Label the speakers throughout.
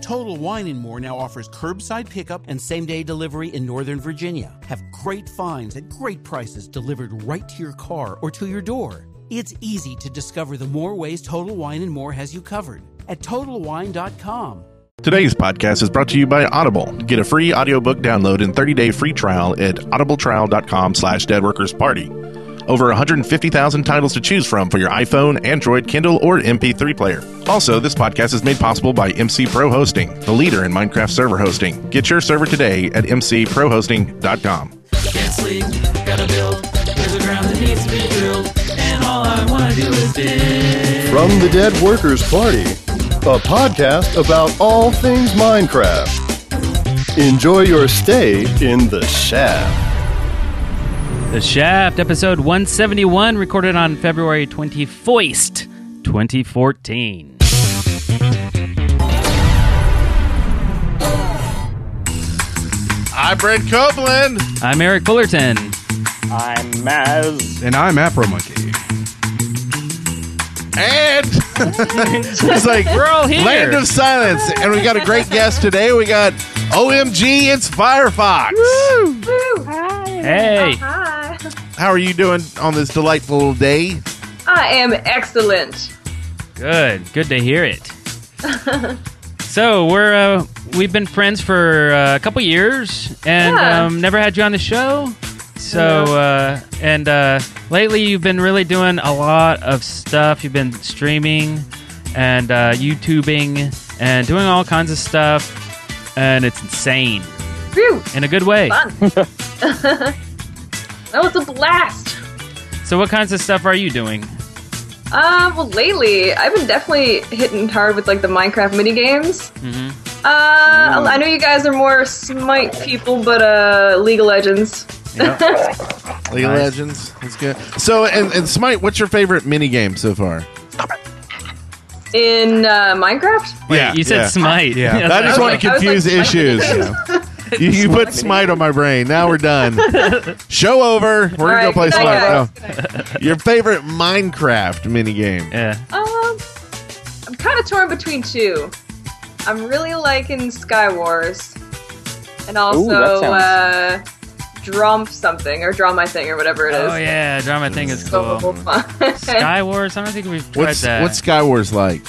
Speaker 1: Total Wine and More now offers curbside pickup and same day delivery in Northern Virginia. Have great finds at great prices delivered right to your car or to your door. It's easy to discover the more ways Total Wine and More has you covered at TotalWine.com.
Speaker 2: Today's podcast is brought to you by Audible. Get a free audiobook download and 30-day free trial at audibletrial.com slash deadworkersparty. Over 150,000 titles to choose from for your iPhone, Android, Kindle, or MP3 player. Also, this podcast is made possible by MC Pro Hosting, the leader in Minecraft server hosting. Get your server today at mcprohosting.com.
Speaker 3: Can't sleep, gotta build. There's a ground that needs to be drilled, and all I wanna do is dig.
Speaker 4: From the Dead Workers Party, a podcast about all things Minecraft. Enjoy your stay in the shaft.
Speaker 5: The Shaft, episode 171, recorded on February 24th, 2014.
Speaker 2: I'm Brett Copeland.
Speaker 5: I'm Eric Fullerton.
Speaker 6: I'm Maz.
Speaker 7: And I'm Afro Monkey.
Speaker 2: And it's like
Speaker 5: We're all here.
Speaker 2: Land of Silence. And we got a great guest today. We got OMG, it's Firefox.
Speaker 8: Woo, hi.
Speaker 5: Hey.
Speaker 8: Oh, hi.
Speaker 2: How are you doing on this delightful day?
Speaker 8: I am excellent.
Speaker 5: Good. Good to hear it. so we're uh, we've been friends for uh, a couple years and
Speaker 8: Yeah.
Speaker 5: um, never had you on the show. So uh, and uh, lately you've been really doing a lot of stuff. You've been streaming and uh, YouTubing and doing all kinds of stuff, and it's insane
Speaker 8: Whew,
Speaker 5: in a good way.
Speaker 8: fun. that was a blast.
Speaker 5: So what kinds of stuff are you doing?
Speaker 8: Uh, well, lately I've been definitely hitting hard with like the Minecraft mini games.
Speaker 5: Mhm.
Speaker 8: Uh, I know you guys are more Smite people, but uh, League of Legends.
Speaker 2: League of
Speaker 5: Nice.
Speaker 2: Legends. That's good. So, and, and Smite, what's your favorite mini game so far?
Speaker 8: In uh, Minecraft,
Speaker 5: Wait, you said Smite.
Speaker 7: Yeah.
Speaker 5: That's
Speaker 2: I just
Speaker 8: I
Speaker 2: want
Speaker 8: was
Speaker 2: to
Speaker 8: like- I was
Speaker 2: confuse
Speaker 8: like, Smite
Speaker 2: issues. You, you put Smite on my brain. Now we're done. Show over. We're gonna go
Speaker 8: All right,
Speaker 2: play
Speaker 8: good
Speaker 2: Smite.
Speaker 8: night,
Speaker 2: No. Your favorite Minecraft mini game?
Speaker 5: yeah.
Speaker 8: um, I'm kind of torn between two. I'm really liking Sky Wars, and also
Speaker 6: that
Speaker 8: uh, Drum something or Draw My Thing or whatever it is.
Speaker 5: Oh yeah, drama thing is
Speaker 8: so
Speaker 5: cool.
Speaker 8: fun.
Speaker 5: Sky Wars. I don't think we've tried
Speaker 2: What's
Speaker 5: that.
Speaker 2: what's Skywars like?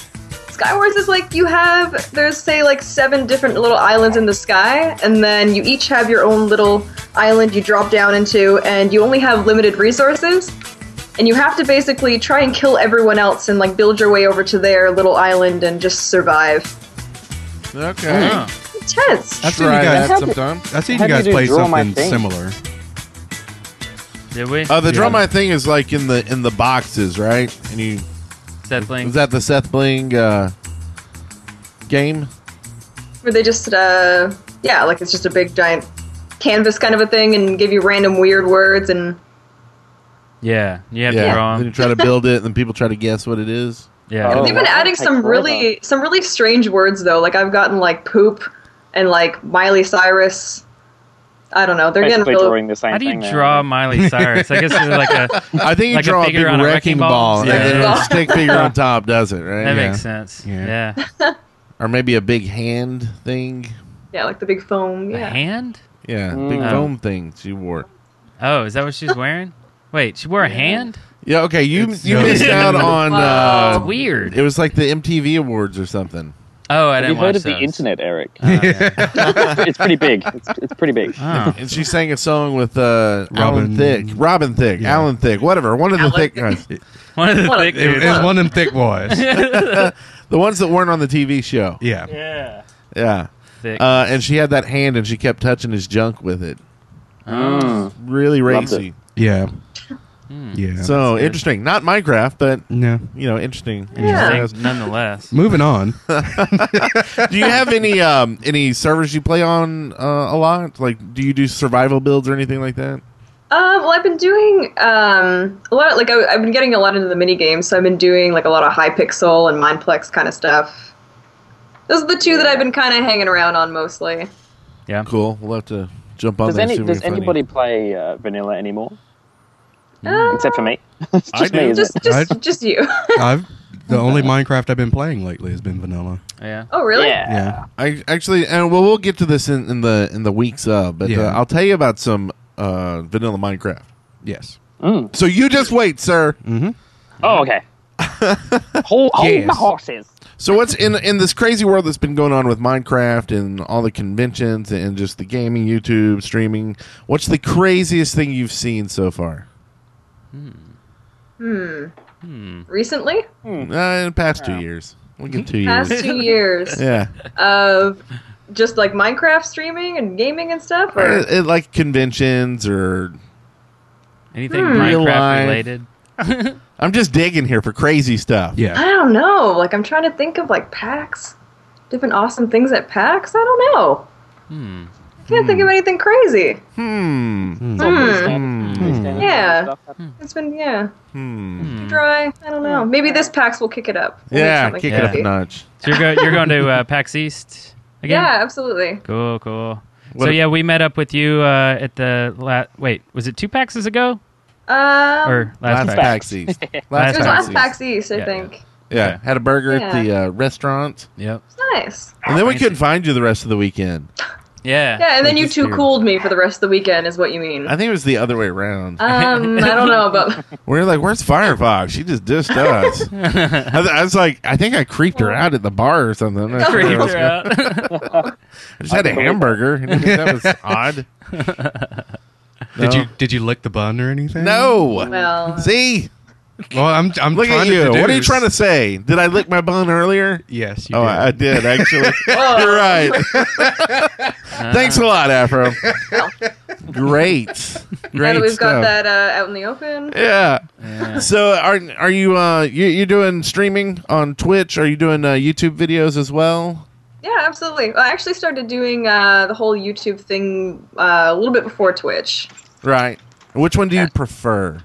Speaker 8: Skywars is like you have there's say like seven different little islands in the sky, and then you each have your own little island you drop down into, and you only have limited resources, and you have to basically try and kill everyone else and like build your way over to their little island and just survive.
Speaker 2: Okay,
Speaker 5: Huh.
Speaker 8: Intense.
Speaker 7: I've seen you
Speaker 2: try that
Speaker 7: guys.
Speaker 6: Have it-
Speaker 2: sometime.
Speaker 7: I've seen
Speaker 6: How
Speaker 7: you
Speaker 6: do
Speaker 7: guys
Speaker 6: you
Speaker 7: play
Speaker 6: draw my
Speaker 7: something
Speaker 6: thing?
Speaker 7: similar.
Speaker 5: Did we?
Speaker 2: Oh, the
Speaker 7: Yeah.
Speaker 2: drum I think is like in the in the boxes, right? And you
Speaker 5: Set thing.
Speaker 2: was that the Seth Bling uh, game?
Speaker 8: Where they just uh yeah, like it's just a big giant canvas kind of a thing, and give you random weird words and
Speaker 5: yeah. You have to draw.
Speaker 2: Then
Speaker 5: 'em.
Speaker 2: you try to build it, and then people try to guess what it is.
Speaker 5: Yeah.
Speaker 6: Oh.
Speaker 8: They've been
Speaker 6: wow.
Speaker 8: adding
Speaker 6: Like
Speaker 8: some
Speaker 6: what
Speaker 8: really some really strange words though. Like I've gotten like poop and like Miley Cyrus. I don't know. They're getting
Speaker 6: Basically
Speaker 8: real.
Speaker 6: drawing the same
Speaker 5: How do you
Speaker 6: thing there.
Speaker 5: draw Miley Cyrus? I guess it's like a
Speaker 2: I think you
Speaker 5: Like a
Speaker 2: draw a,
Speaker 5: figure
Speaker 2: big
Speaker 5: on a
Speaker 2: wrecking, ball,
Speaker 5: Yeah.
Speaker 2: and then
Speaker 8: Yeah.
Speaker 2: a stick figure on top does it, right?
Speaker 5: that
Speaker 2: Yeah.
Speaker 5: makes sense.
Speaker 2: Yeah.
Speaker 5: Yeah.
Speaker 2: Or maybe a big hand thing.
Speaker 8: Yeah, like the big foam.
Speaker 5: A
Speaker 8: Yeah.
Speaker 5: hand?
Speaker 2: Yeah, big
Speaker 5: Mm.
Speaker 2: foam thing she wore.
Speaker 5: Oh, is that what she's wearing? Wait, she wore a hand?
Speaker 2: Yeah, okay, you you
Speaker 7: no-
Speaker 2: missed out on.
Speaker 5: That's
Speaker 2: Uh,
Speaker 5: weird.
Speaker 2: it was like the MTV Awards or something.
Speaker 5: Oh, I
Speaker 6: Have
Speaker 5: didn't
Speaker 6: you
Speaker 5: watch
Speaker 6: heard of the
Speaker 5: those.
Speaker 6: internet, Eric?
Speaker 5: Oh, Ah,
Speaker 6: it's pretty big. It's, it's pretty big.
Speaker 5: yeah.
Speaker 2: And she sang a song with uh, Alan
Speaker 7: Robin-
Speaker 2: Thick, Robin Thick,
Speaker 7: Yeah.
Speaker 2: Alan Thick, whatever. One of the
Speaker 8: Alan
Speaker 2: thick
Speaker 8: Thicke.
Speaker 2: guys,
Speaker 5: Oh. One of the
Speaker 8: What a-
Speaker 5: thick
Speaker 7: It,
Speaker 5: dudes.
Speaker 7: it was one of them thick boys.
Speaker 2: the ones that weren't on the TV show.
Speaker 7: yeah.
Speaker 2: Yeah,
Speaker 5: Thick.
Speaker 2: uh, and she had that hand, and she kept touching his junk with it.
Speaker 6: Mm.
Speaker 2: Really
Speaker 6: Loved
Speaker 2: racy.
Speaker 7: Yeah. Yeah.
Speaker 2: So interesting. Not Minecraft, but
Speaker 7: no.
Speaker 2: you know, interesting.
Speaker 8: Yeah.
Speaker 5: Thick Nonetheless.
Speaker 7: Moving on.
Speaker 2: do you have any um any servers you play on uh, a lot? Like, do you do survival builds or anything like that?
Speaker 8: Um, well, I've been doing um, a lot. Like I, I've been getting a lot into the mini games, so I've been doing like a lot of high pixel and Mineplex kind of stuff. Those are the two that I've been kind of hanging around on mostly.
Speaker 5: Yeah.
Speaker 2: Cool. We'll have to jump on.
Speaker 6: Does
Speaker 2: there and
Speaker 6: any
Speaker 2: see if we
Speaker 6: does
Speaker 2: can find
Speaker 6: anybody play uh, vanilla anymore?
Speaker 8: Uh,
Speaker 6: Mm. Except for me. it's just
Speaker 2: do.
Speaker 6: me. Isn't
Speaker 8: just,
Speaker 6: it?
Speaker 8: just,
Speaker 7: I'd-
Speaker 8: just you.
Speaker 7: I've The only Minecraft I've been playing lately has been vanilla.
Speaker 5: Yeah.
Speaker 8: Oh, really?
Speaker 6: Yeah.
Speaker 7: Yeah.
Speaker 2: I actually, and well, we'll get to this in, in the in the weeks of, but uh,
Speaker 7: Yeah.
Speaker 2: I'll tell you about some uh, vanilla Minecraft.
Speaker 7: Yes.
Speaker 2: So you just wait, sir.
Speaker 6: Oh, okay. hold hold
Speaker 7: Yes.
Speaker 6: my horses.
Speaker 2: So what's in in this crazy world that's been going on with Minecraft and all the conventions and just the gaming, YouTube, streaming? What's the craziest thing you've seen so far
Speaker 8: Recently?
Speaker 2: uh, in the past two years? Look at two
Speaker 8: Hmm. Past
Speaker 2: years.
Speaker 8: two years
Speaker 2: Yeah,
Speaker 8: of just like Minecraft streaming and gaming and stuff?
Speaker 2: Or
Speaker 8: Or
Speaker 2: it- it, Uh, like conventions or
Speaker 5: Anything
Speaker 8: Hmm.
Speaker 2: Real
Speaker 5: Minecraft
Speaker 2: life.
Speaker 5: related?
Speaker 2: I'm just digging here for crazy stuff.
Speaker 7: Yeah.
Speaker 8: I don't know. Like, I'm trying to think of like PAX, different awesome things at PAX. I don't know. I can't think of anything crazy.
Speaker 2: Hmm.
Speaker 6: It's all pretty standard. Pretty standard
Speaker 8: Yeah.
Speaker 6: stuff.
Speaker 8: It's been, yeah,
Speaker 2: Hmm.
Speaker 8: dry. I don't know. Maybe this PAX will kick it up. We'll make
Speaker 2: Yeah,
Speaker 8: something
Speaker 2: kick it up a
Speaker 8: crazy.
Speaker 2: notch.
Speaker 5: So you're, go- you're going to uh, PAX East again?
Speaker 8: Yeah, absolutely.
Speaker 5: Cool, cool.
Speaker 2: What
Speaker 5: so
Speaker 2: a-
Speaker 5: yeah, we met up with you uh, at the la- wait, was it two PAXs ago
Speaker 8: Um,
Speaker 5: or last,
Speaker 2: Last
Speaker 5: PAX?
Speaker 2: PAX East. Last
Speaker 8: it was
Speaker 2: PAX
Speaker 8: last
Speaker 2: East.
Speaker 8: PAX East, I
Speaker 5: Yeah,
Speaker 8: think.
Speaker 2: Yeah, had a burger at
Speaker 8: Yeah.
Speaker 2: the uh, restaurant,
Speaker 5: Yep.
Speaker 8: It's nice.
Speaker 2: and then we
Speaker 5: Fancy.
Speaker 2: couldn't find you the rest of the weekend.
Speaker 5: Yeah.
Speaker 8: Yeah, and then
Speaker 2: Like
Speaker 8: you
Speaker 2: this
Speaker 8: two
Speaker 2: year.
Speaker 8: cooled me for the rest of the weekend, is what you mean.
Speaker 2: I think it was the other way around.
Speaker 8: Um, I don't know about.
Speaker 2: We are like, "Where's Firefox?" She just dissed us. I, th- I was like, "I think I creeped her out at the bar or something." I'm not sure where I,
Speaker 5: Freaked
Speaker 2: was
Speaker 5: her
Speaker 2: going.
Speaker 5: out.
Speaker 2: I just had a hamburger. that was odd.
Speaker 7: Did
Speaker 2: No.
Speaker 7: you did you lick the bun or anything?
Speaker 2: No.
Speaker 8: Well,
Speaker 2: See,
Speaker 7: Well, I'm I'm
Speaker 2: look
Speaker 7: trying
Speaker 2: at you.
Speaker 7: to
Speaker 2: What are you
Speaker 7: deduce-
Speaker 2: trying to say? Did I lick my bun earlier?
Speaker 7: Yes, you
Speaker 2: Oh,
Speaker 7: did.
Speaker 2: I, I did actually. You're right. Thanks a lot, Afro. Great. Great.
Speaker 8: now that we've got
Speaker 2: stuff.
Speaker 8: that uh, out in the open,
Speaker 2: Yeah. So are are you uh you you doing streaming on Twitch? Are you doing uh, YouTube videos as well?
Speaker 8: yeah, absolutely. Well, I actually started doing uh, the whole YouTube thing uh, a little bit before Twitch.
Speaker 2: Right. Which one do you prefer?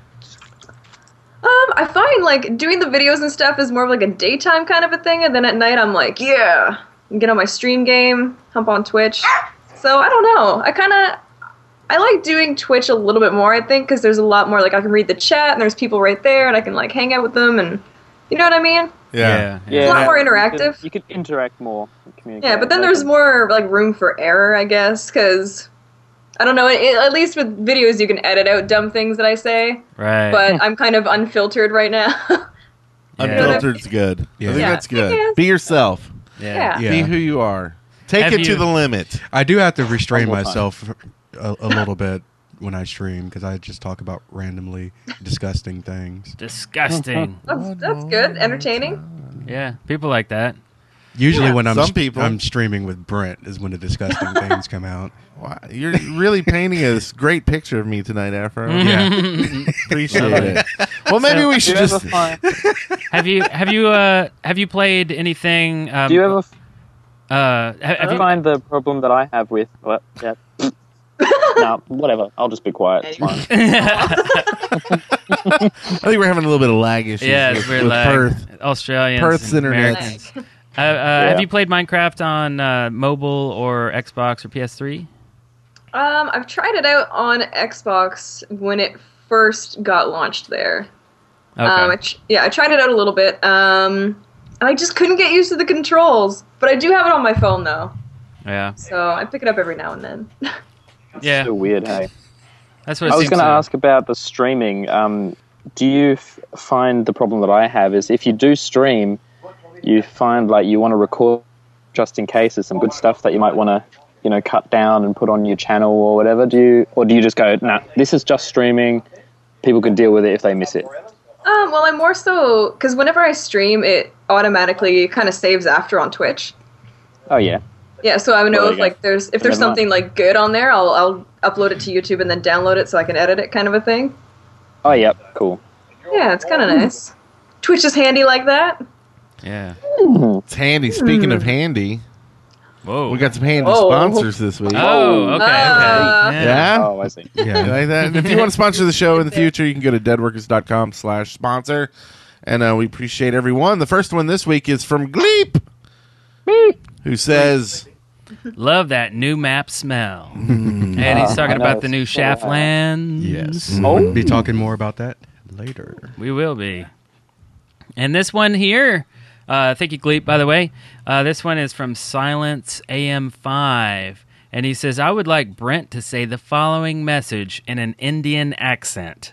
Speaker 8: Um, I find like doing the videos and stuff is more of like a daytime kind of a thing, and then at night I'm like, yeah, get on my stream game, hump on Twitch. So I don't know. I kind of I like doing Twitch a little bit more, I think, because there's a lot more like I can read the chat and there's people right there, and I can like hang out with them, and you know what I mean.
Speaker 5: yeah.
Speaker 6: Yeah,
Speaker 8: It's a lot more
Speaker 6: you could-
Speaker 8: interactive.
Speaker 6: You could, interact more. and communicate
Speaker 8: Yeah, but then
Speaker 6: better.
Speaker 8: there's more like room for error, I guess, because I don't know. It, at least with videos, you can edit out dumb things that I say.
Speaker 5: Right.
Speaker 8: But I'm kind of unfiltered right now.
Speaker 5: Yeah.
Speaker 2: Unfiltered's good. I
Speaker 7: Yeah.
Speaker 2: think
Speaker 8: Yeah.
Speaker 2: that's good.
Speaker 8: It is.
Speaker 2: Be yourself.
Speaker 8: yeah.
Speaker 7: Yeah.
Speaker 2: Be who you are. Take
Speaker 5: Have
Speaker 2: it
Speaker 5: you-
Speaker 2: to the limit.
Speaker 7: I do have to restrain
Speaker 6: One more time.
Speaker 7: myself a, a little bit when I stream because I just talk about randomly disgusting things.
Speaker 5: Disgusting.
Speaker 8: That's, that's good. Entertaining.
Speaker 5: yeah. People like that.
Speaker 7: Usually, when I'm
Speaker 2: Some
Speaker 7: st-
Speaker 2: people.
Speaker 7: I'm streaming with Brent is when the disgusting things come out.
Speaker 2: Wow, You're really painting a s- great picture of me tonight, Afro.
Speaker 7: Yeah,
Speaker 2: Appreciate it. Well, maybe we
Speaker 6: Do
Speaker 2: should
Speaker 6: you ever
Speaker 2: just.
Speaker 6: find?
Speaker 5: Have you have you uh have you played anything? Um,
Speaker 6: Do you ever
Speaker 5: Uh, ha- have you,
Speaker 6: find the problem that I have with? What? Yeah. no, whatever. I'll just be quiet. It's fine.
Speaker 2: I think we're having a little bit of lag issues.
Speaker 5: yeah,
Speaker 2: with,
Speaker 5: it's weird
Speaker 2: with
Speaker 5: lag.
Speaker 2: Perth.
Speaker 5: Australians,
Speaker 2: Perth's
Speaker 5: and
Speaker 2: internet.
Speaker 5: Americans. Uh, uh, Have
Speaker 6: Yeah.
Speaker 5: you played Minecraft on uh, mobile or Xbox or PS3?
Speaker 8: Um, I've tried it out on Xbox when it first got launched there.
Speaker 5: Okay.
Speaker 8: Um, I tr- yeah, I tried it out a little bit. Um, and I just couldn't get used to the controls. But I do have it on my phone though,
Speaker 5: yeah.
Speaker 8: so I pick it up every now and then.
Speaker 5: Yeah.
Speaker 6: So weird. Hey.
Speaker 5: That's what it
Speaker 6: I was
Speaker 5: seems
Speaker 6: going to
Speaker 5: like.
Speaker 6: ask about the streaming. Um, do you f- find the problem that I have is if you do stream, you find like you want to record just in case there's some good stuff that you might want to, you know, cut down and put on your channel or whatever. Do you or do you just go, nah, this is just streaming. People can deal with it if they miss it.
Speaker 8: Um, well, I'm more so because whenever I stream, it automatically kind of saves after on Twitch.
Speaker 6: Oh yeah,
Speaker 8: Yeah, so I know
Speaker 6: there you
Speaker 8: if
Speaker 6: go.
Speaker 8: like there's if there's
Speaker 6: Never mind.
Speaker 8: something like good on there, I'll I'll upload it to YouTube and then download it so I can edit it, kind of a thing.
Speaker 6: oh yeah, cool.
Speaker 8: Yeah, it's kind
Speaker 7: Oh.
Speaker 8: of nice. Twitch is handy like that.
Speaker 5: Yeah.
Speaker 2: It's handy. Speaking of handy,
Speaker 5: Whoa.
Speaker 2: we got some handy
Speaker 8: Oh.
Speaker 2: sponsors this week.
Speaker 5: Oh, okay, okay.
Speaker 8: Uh,
Speaker 5: yeah.
Speaker 2: Yeah.
Speaker 6: Oh, I see.
Speaker 2: You
Speaker 7: yeah.
Speaker 2: like that? And if you want to sponsor the show in the future, you can go to deadworkers.com slash sponsor. And uh, we appreciate everyone. The first one this week is from Gleep, who says,
Speaker 5: Love that new map smell. and he's talking
Speaker 6: Mm-hmm. I know,
Speaker 5: about the new
Speaker 6: it's so, uh,
Speaker 5: Shaftlands.
Speaker 2: Mm-hmm.
Speaker 7: Yes.
Speaker 6: Oh.
Speaker 7: Be talking more about that later.
Speaker 5: We will be. And this one here, uh, thank you, Gleep, by the way. Uh, this one is from Silence AM5. And he says, I would like Brent to say the following message in an Indian accent.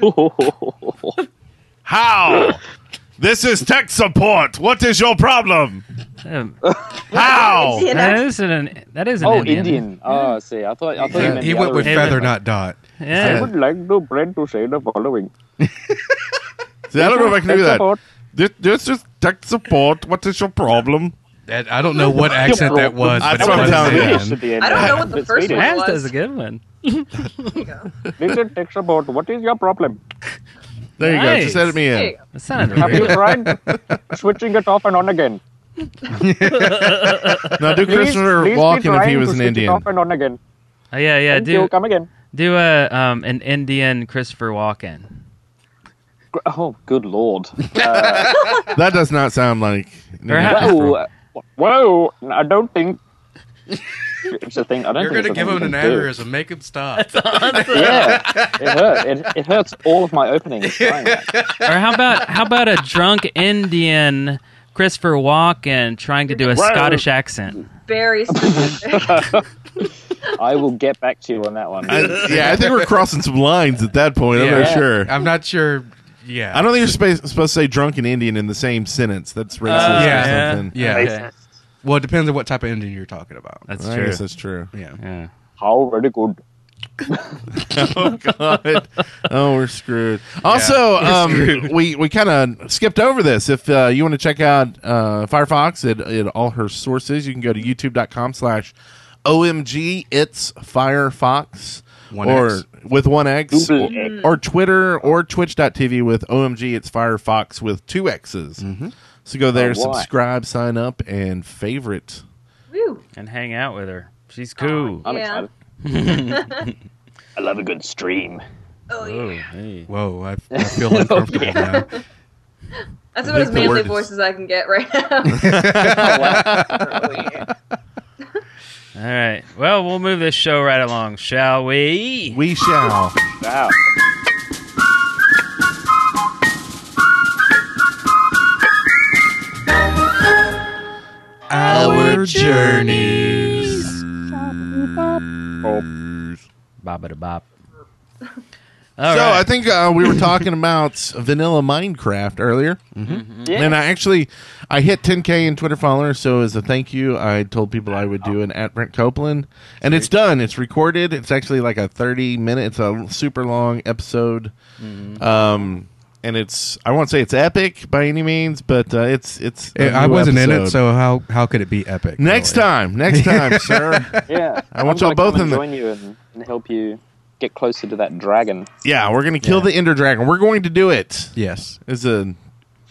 Speaker 6: Oh,
Speaker 2: How? this is tech support. What is your problem?
Speaker 5: Um,
Speaker 7: Oh,
Speaker 2: How?
Speaker 8: Indian
Speaker 5: that,
Speaker 8: accent.
Speaker 5: is an, that is an
Speaker 6: Oh,
Speaker 5: Indian.
Speaker 6: Indian. Oh, I see. I thought I thought you meant
Speaker 7: he
Speaker 6: the
Speaker 7: went
Speaker 6: other
Speaker 7: with
Speaker 5: Hey,
Speaker 6: Indian.
Speaker 7: feather,
Speaker 5: but-
Speaker 7: not dot.
Speaker 6: I
Speaker 5: Yeah.
Speaker 6: would like to Brent to say the following.
Speaker 2: See, I don't know if I can
Speaker 6: Tech
Speaker 2: do that.
Speaker 6: support.
Speaker 2: This, this is tech support. What is your problem?
Speaker 7: That- I don't know what accent that was.
Speaker 2: That's
Speaker 7: but it
Speaker 2: what I'm
Speaker 7: was
Speaker 2: telling you.
Speaker 7: Indian.
Speaker 6: Swedish at the end.
Speaker 8: I don't know what the
Speaker 6: It's
Speaker 8: first
Speaker 6: Swedish.
Speaker 8: one-
Speaker 5: That's, that's a good one.
Speaker 6: This is tech support. What is your problem?
Speaker 2: There you go.
Speaker 5: Nice.
Speaker 2: Just edit me in.
Speaker 8: Hey,
Speaker 5: That sounded
Speaker 6: Have
Speaker 5: weird.
Speaker 6: you tried switching it off and on again?
Speaker 2: Now do
Speaker 6: Please,
Speaker 2: Christopher
Speaker 6: please be
Speaker 2: Walken if he
Speaker 6: trying
Speaker 2: was
Speaker 6: to
Speaker 2: an
Speaker 6: switch it
Speaker 2: Indian.
Speaker 6: Off and on again.
Speaker 5: Oh, yeah, yeah.
Speaker 6: Thank you.
Speaker 5: Do
Speaker 6: Come again.
Speaker 5: do a um, an Indian Christopher Walken.
Speaker 6: Gr- Oh, good lord. Uh,
Speaker 2: That does not sound like. an
Speaker 5: Or how-
Speaker 2: Indian.
Speaker 6: whoa, whoa! I don't think it's a thing. I don't.
Speaker 7: You're
Speaker 6: think
Speaker 7: gonna
Speaker 6: it's a
Speaker 7: give
Speaker 6: thing
Speaker 7: him
Speaker 6: you
Speaker 7: an
Speaker 6: can do.
Speaker 7: aneurysm. Make him stop.
Speaker 6: Yeah, it hurts. It, it hurts all of my openings. Trying that.
Speaker 5: Or how about how about a drunk Indian Christopher Walken trying to do a
Speaker 6: Wow.
Speaker 5: Scottish accent?
Speaker 8: Very specific.
Speaker 6: I will get back to you on that one.
Speaker 2: I, yeah, I think we're crossing some lines at that point. I'm not
Speaker 6: Yeah.
Speaker 2: sure.
Speaker 7: I'm not sure. Yeah,
Speaker 2: I don't think you're spa- supposed to say drunken Indian in the same sentence. That's racist or
Speaker 7: yeah.
Speaker 2: something.
Speaker 7: Uh, Yeah.
Speaker 5: Okay.
Speaker 7: Well, it depends on what type of Indian you're talking about.
Speaker 5: That's
Speaker 2: I
Speaker 5: true.
Speaker 2: guess that's true.
Speaker 7: yeah.
Speaker 5: Yeah.
Speaker 6: How very good.
Speaker 2: oh god. Oh, we're screwed. Also, um, we we kind of skipped over this. If uh, you want to check out uh, Firefox at, at all her sources, you can go to youtube.com slash omg it's Firefox
Speaker 7: One
Speaker 2: or
Speaker 7: X.
Speaker 2: with one X
Speaker 6: Double
Speaker 2: or, or Twitter or twitch.tv with omg it's Firefox with two X's.
Speaker 7: Mm-hmm.
Speaker 2: So go there,
Speaker 6: Oh, why?
Speaker 2: subscribe, sign up, and favorite.
Speaker 8: Woo.
Speaker 5: And hang out with her. She's cool.
Speaker 6: I'm
Speaker 8: Yeah.
Speaker 6: excited. I love a good stream.
Speaker 8: Oh,
Speaker 5: Oh,
Speaker 8: yeah.
Speaker 5: hey.
Speaker 7: Whoa, I, I feel uncomfortable now.
Speaker 8: That's about
Speaker 7: think
Speaker 8: as
Speaker 7: the word
Speaker 8: manly
Speaker 7: is-
Speaker 8: voice as I can get right now.
Speaker 5: All right. Well, we'll move this show right along, shall we?
Speaker 2: We shall.
Speaker 6: Wow.
Speaker 7: Our journeys.
Speaker 5: Bop it bop.
Speaker 2: so I think uh, we were talking about vanilla Minecraft earlier,
Speaker 6: Yeah.
Speaker 2: and I actually I hit 10k in Twitter followers. So as a thank you, I told people I would do an at Brent Copeland, and it's done. It's recorded. It's actually like a 30 minute. It's a super long episode, um, and it's I won't say it's epic by any means, but uh, it's it's. a
Speaker 7: I
Speaker 2: new
Speaker 7: wasn't in it,
Speaker 2: episode.
Speaker 7: so how how could it be epic?
Speaker 2: next
Speaker 7: really?
Speaker 2: time, next time, sir.
Speaker 6: Yeah.
Speaker 2: I want
Speaker 6: I'm
Speaker 2: y'all
Speaker 6: gonna come
Speaker 2: both in
Speaker 6: and
Speaker 2: the-
Speaker 6: join you and, and help you get closer to that dragon.
Speaker 2: Yeah, we're gonna kill the Ender Dragon. We're going to do it.
Speaker 7: Yes.
Speaker 2: It's a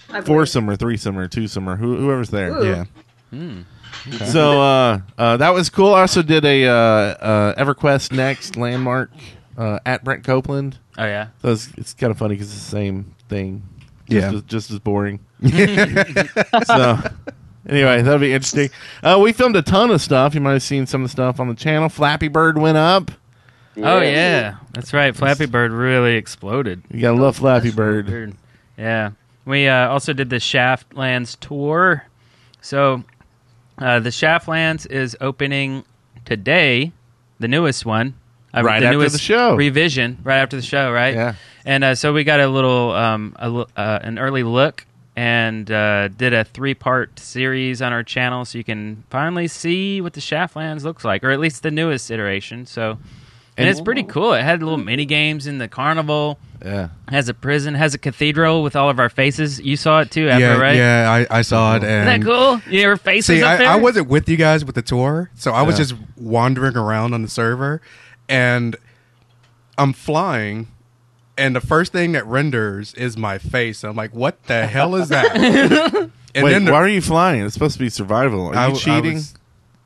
Speaker 8: I believe.
Speaker 2: foursome or threesome or twosome or who, whoever's there.
Speaker 8: Ooh.
Speaker 7: Yeah.
Speaker 2: So uh, uh, that was cool. I also did a uh, uh, EverQuest Next landmark uh, at Brent Copeland.
Speaker 5: Oh yeah.
Speaker 2: So it's, it's kind of funny because it's the same thing. Just
Speaker 7: Yeah.
Speaker 2: as, just as boring. so anyway, that'll be interesting. Uh, we filmed a ton of stuff. You might have seen some of the stuff on the channel. Flappy Bird went up.
Speaker 5: Oh yeah. That's right. Flappy Bird really exploded.
Speaker 2: You gotta love Flappy Bird.
Speaker 5: Weird. Yeah. We uh, also did the Shaftlands tour. So uh, the Shaftlands is opening today, the newest one. Uh,
Speaker 2: Right after the show.
Speaker 5: Revision, right after the show, right?
Speaker 2: Yeah.
Speaker 5: And uh, so we got a little, um, a, l- uh, an early look and uh, did a three part series on our channel so you can finally see what the Shaftlands looks like, or at least the newest iteration. So. and it's pretty cool. It had little mini games in the carnival
Speaker 2: Yeah.
Speaker 5: has a prison, has a cathedral with all of our faces. You saw it too, after
Speaker 7: yeah.
Speaker 5: right?
Speaker 7: Yeah. I, I saw it.
Speaker 5: Isn't
Speaker 7: And
Speaker 5: that cool? Yeah, Your faces
Speaker 7: See,
Speaker 5: up there.
Speaker 7: I, I wasn't with you guys with the tour, so I was
Speaker 2: Yeah.
Speaker 7: just wandering around on the server, and I'm flying, and the first thing that renders is my face. I'm like, "What the hell is that?" and
Speaker 2: Wait,
Speaker 7: the-
Speaker 2: why are you flying? It's supposed to be survival. Are
Speaker 7: I
Speaker 2: you
Speaker 7: w- I
Speaker 2: cheating?
Speaker 7: was-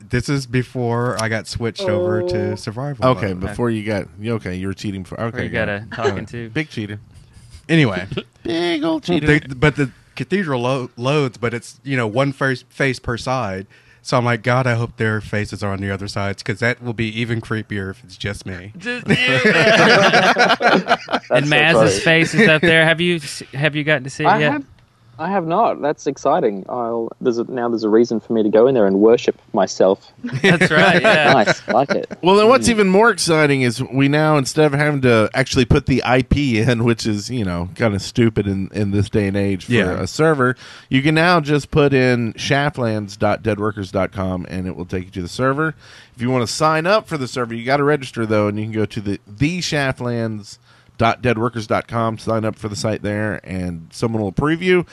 Speaker 7: this is before I got switched over
Speaker 5: Oh.
Speaker 7: to survival.
Speaker 2: okay,
Speaker 7: mode.
Speaker 2: before you got you- okay, you were cheating for okay.
Speaker 5: you got a talking to.
Speaker 2: big cheater. Hmm,
Speaker 7: anyway,
Speaker 2: Big old cheater.
Speaker 7: they, but the cathedral lo- loads, but it's you know one first face per side. So I'm like, God, I hope their faces are on the other sides because that will be even creepier if it's just me.
Speaker 5: Just-
Speaker 6: That's
Speaker 5: and
Speaker 6: so
Speaker 5: Maz's
Speaker 6: funny.
Speaker 5: face is up there. Have you s- have you gotten to see it
Speaker 6: I
Speaker 5: yet?
Speaker 6: have. I have not. That's exciting. I'll, there's a, now there's a reason for me to go in there and worship myself.
Speaker 5: That's right. Yeah.
Speaker 6: nice, like it.
Speaker 2: Well, then what's even more exciting is we now instead of having to actually put the IP in, which is you know kind of stupid in, in this day and age for
Speaker 7: Yeah.
Speaker 2: a server, you can now just put in shaftlands.deadworkers.com and it will take you to the server. If you want to sign up for the server, you got to register though, and you can go to the the shaftlands deadworkers.com sign up for the site there and someone will preview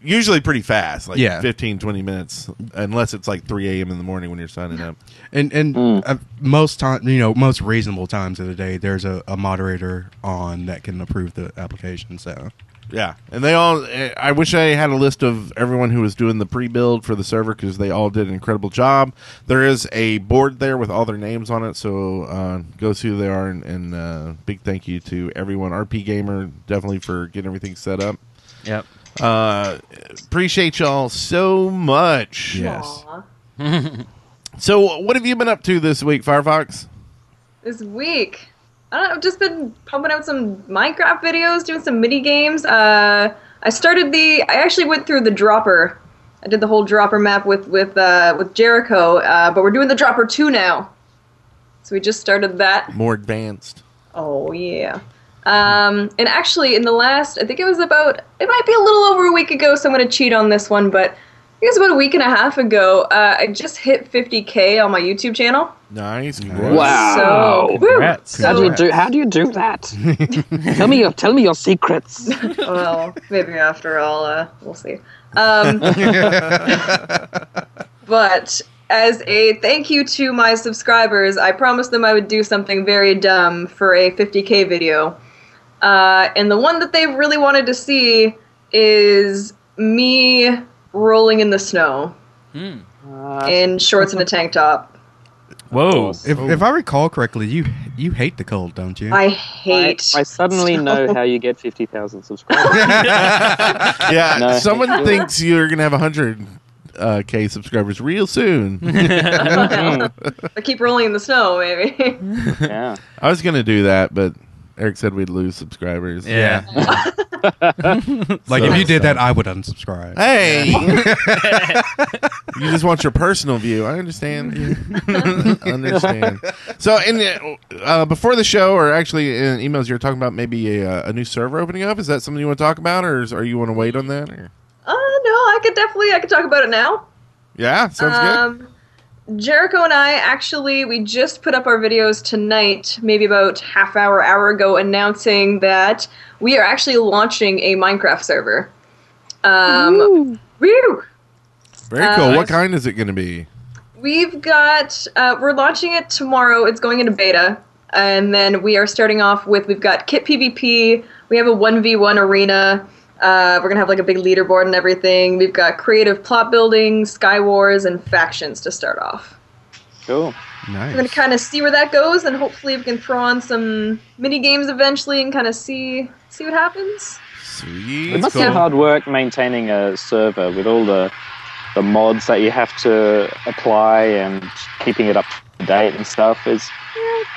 Speaker 2: usually pretty fast like
Speaker 7: Yeah.
Speaker 2: fifteen twenty 15 20 minutes unless it's like 3 a.m in the morning when you're signing up
Speaker 7: and and uh, most time you know most reasonable times of the day there's a, a moderator on that can approve the application so
Speaker 2: Yeah, and they all. eh, I wish I had a list of everyone who was doing the pre-build for the server because they all did an incredible job. There is a board there with all their names on it, so uh, go see who they are. And, and uh, big thank you to everyone, RP Gamer, definitely for getting everything set up.
Speaker 5: Yep.
Speaker 2: Uh, appreciate y'all so much.
Speaker 7: yes
Speaker 8: Aw.
Speaker 2: So, what have you been up to this week, Firefox?
Speaker 8: This week, I don't know, I've just been pumping out some Minecraft videos, doing some mini games. Uh, I started the. I actually went through the dropper. I did the whole dropper map with with uh, with Jericho, uh, but we're doing the dropper two now. So we just started that.
Speaker 2: More advanced.
Speaker 8: Oh yeah. Um, and actually, in the last, I think it was about, it might be a little over a week ago, so I'm going to cheat on this one, but I think it was about a week and a half ago. Uh, I just hit 50k on my YouTube channel.
Speaker 2: Nice.
Speaker 6: Wow.
Speaker 8: So, woo!
Speaker 5: Congrats.
Speaker 8: So-
Speaker 9: How do you do? How do you do that? tell me your tell me your secrets.
Speaker 8: well, maybe after all, uh, we'll see. Um, but as a thank you to my subscribers, I promised them I would do something very dumb for a 50k video. Uh, and the one that they really wanted to see is me rolling in the snow in shorts and a tank top.
Speaker 5: Whoa.
Speaker 7: if,
Speaker 2: Oh.
Speaker 7: if i recall correctly you you hate the cold don't you
Speaker 8: I
Speaker 6: I,
Speaker 8: hate.
Speaker 6: I suddenly know how you get fifty thousand subscribers.
Speaker 2: Yeah,
Speaker 6: No.
Speaker 2: someone thinks you're gonna have hundred uh, k subscribers real soon.
Speaker 8: I keep rolling in the snow, maybe. Uh,
Speaker 6: yeah.
Speaker 2: I was gonna do that, but Eric said we'd lose subscribers.
Speaker 5: Yeah.
Speaker 7: like if
Speaker 2: So-
Speaker 7: you did that i would unsubscribe
Speaker 2: Hey, you just want your personal view. I understand. understand. So, in the, uh, before the show, or actually in emails, you're talking about maybe a, uh, a new server opening up. Is that something you want to talk about, or is, are you want to wait on that? or-
Speaker 8: Uh, no, I could definitely I could talk about it now.
Speaker 2: Yeah, sounds good.
Speaker 8: Um, Jericho and I actually we just put up our videos tonight, maybe about half hour hour ago, announcing that we are actually launching a Minecraft server. Um, woo!
Speaker 2: Very cool.
Speaker 8: uh,
Speaker 2: What kind is it going to be?
Speaker 8: We've got uh, we're launching it tomorrow. It's going into beta, and then we are starting off with we've got kit PvP. We have a one v one arena. Uh, we're gonna have like a big leaderboard and everything. We've got creative plot building, sky wars, and factions to start off.
Speaker 6: Cool.
Speaker 7: nice
Speaker 8: We're gonna kind of see where that goes, and hopefully we can throw on some mini games eventually, and kind of see see what happens.
Speaker 2: Sweet.
Speaker 6: It must
Speaker 2: cool.
Speaker 6: be hard work maintaining a server with all the the mods that you have to apply and keeping it up to date and stuff. Is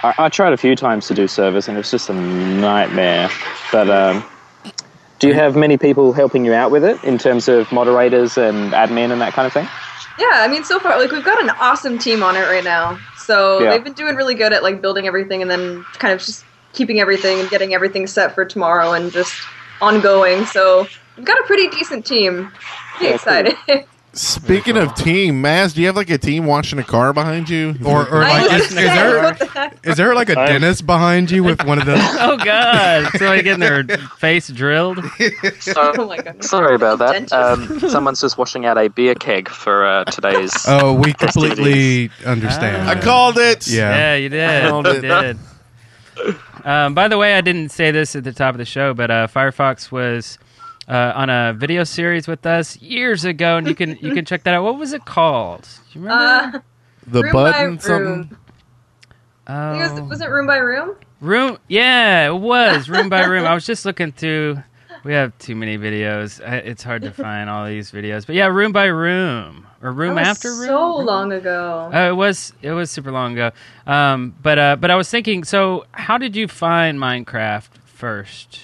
Speaker 6: I, I tried a few times to do servers and it was just a nightmare. But um, do you have many people helping you out with it in terms of moderators and admin and that kind of thing?
Speaker 8: Yeah, I mean, so far like we've got an awesome team on it right now, so
Speaker 6: Yeah.
Speaker 8: they've been doing really good at like building everything and then kind of just keeping everything and getting everything set for tomorrow and just ongoing. So we've got a pretty decent team. Pretty excited.
Speaker 2: Speaking of team, Maz, do you have like a team watching a car behind you?
Speaker 7: or, or
Speaker 8: I
Speaker 7: like
Speaker 8: was
Speaker 7: is, is
Speaker 8: gonna say,
Speaker 7: there
Speaker 8: what the heck?
Speaker 7: is there like a dentist behind you with one of the
Speaker 5: Oh God! Somebody getting their face drilled.
Speaker 8: Oh my goodness.
Speaker 9: Sorry about
Speaker 8: that.
Speaker 9: Um, someone's just washing out a beer keg for uh, today's.
Speaker 7: oh we completely understand
Speaker 2: I called it.
Speaker 7: yeah
Speaker 5: Yeah, you did.
Speaker 2: called
Speaker 5: You
Speaker 2: it.
Speaker 5: did. Um, by the way, I didn't say this at the top of the show, but uh, Firefox was uh, on a video series with us years ago, and you can you can check that out. What was it called? Do you remember?
Speaker 8: Uh,
Speaker 2: The
Speaker 8: room by
Speaker 2: button
Speaker 8: room.
Speaker 2: something.
Speaker 8: I think it
Speaker 5: Oh.
Speaker 8: was, was it room by room?
Speaker 5: Room, yeah, it was room by room. I was just looking through. We have too many videos. I, it's hard to find all these videos, but yeah, room by room or room
Speaker 8: That was
Speaker 5: after room.
Speaker 8: so long ago.
Speaker 5: Oh, it was it was super long ago. Um, but uh, but I was thinking. So how did you find Minecraft first?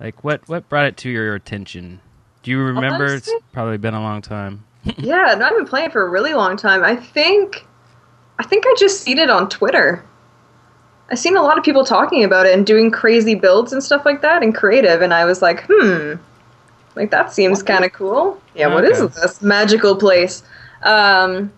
Speaker 5: Like what what brought it to your attention? Do you remember? It's
Speaker 8: Honestly?
Speaker 5: probably been a long time.
Speaker 8: yeah, no, I've been playing for a really long time. I think, I think I just seen it on Twitter. I've seen a lot of people talking about it and doing crazy builds and stuff like that and creative, and I was like, hmm, like that seems kind of cool. Yeah, what is
Speaker 5: Okay.
Speaker 8: this magical place? Um,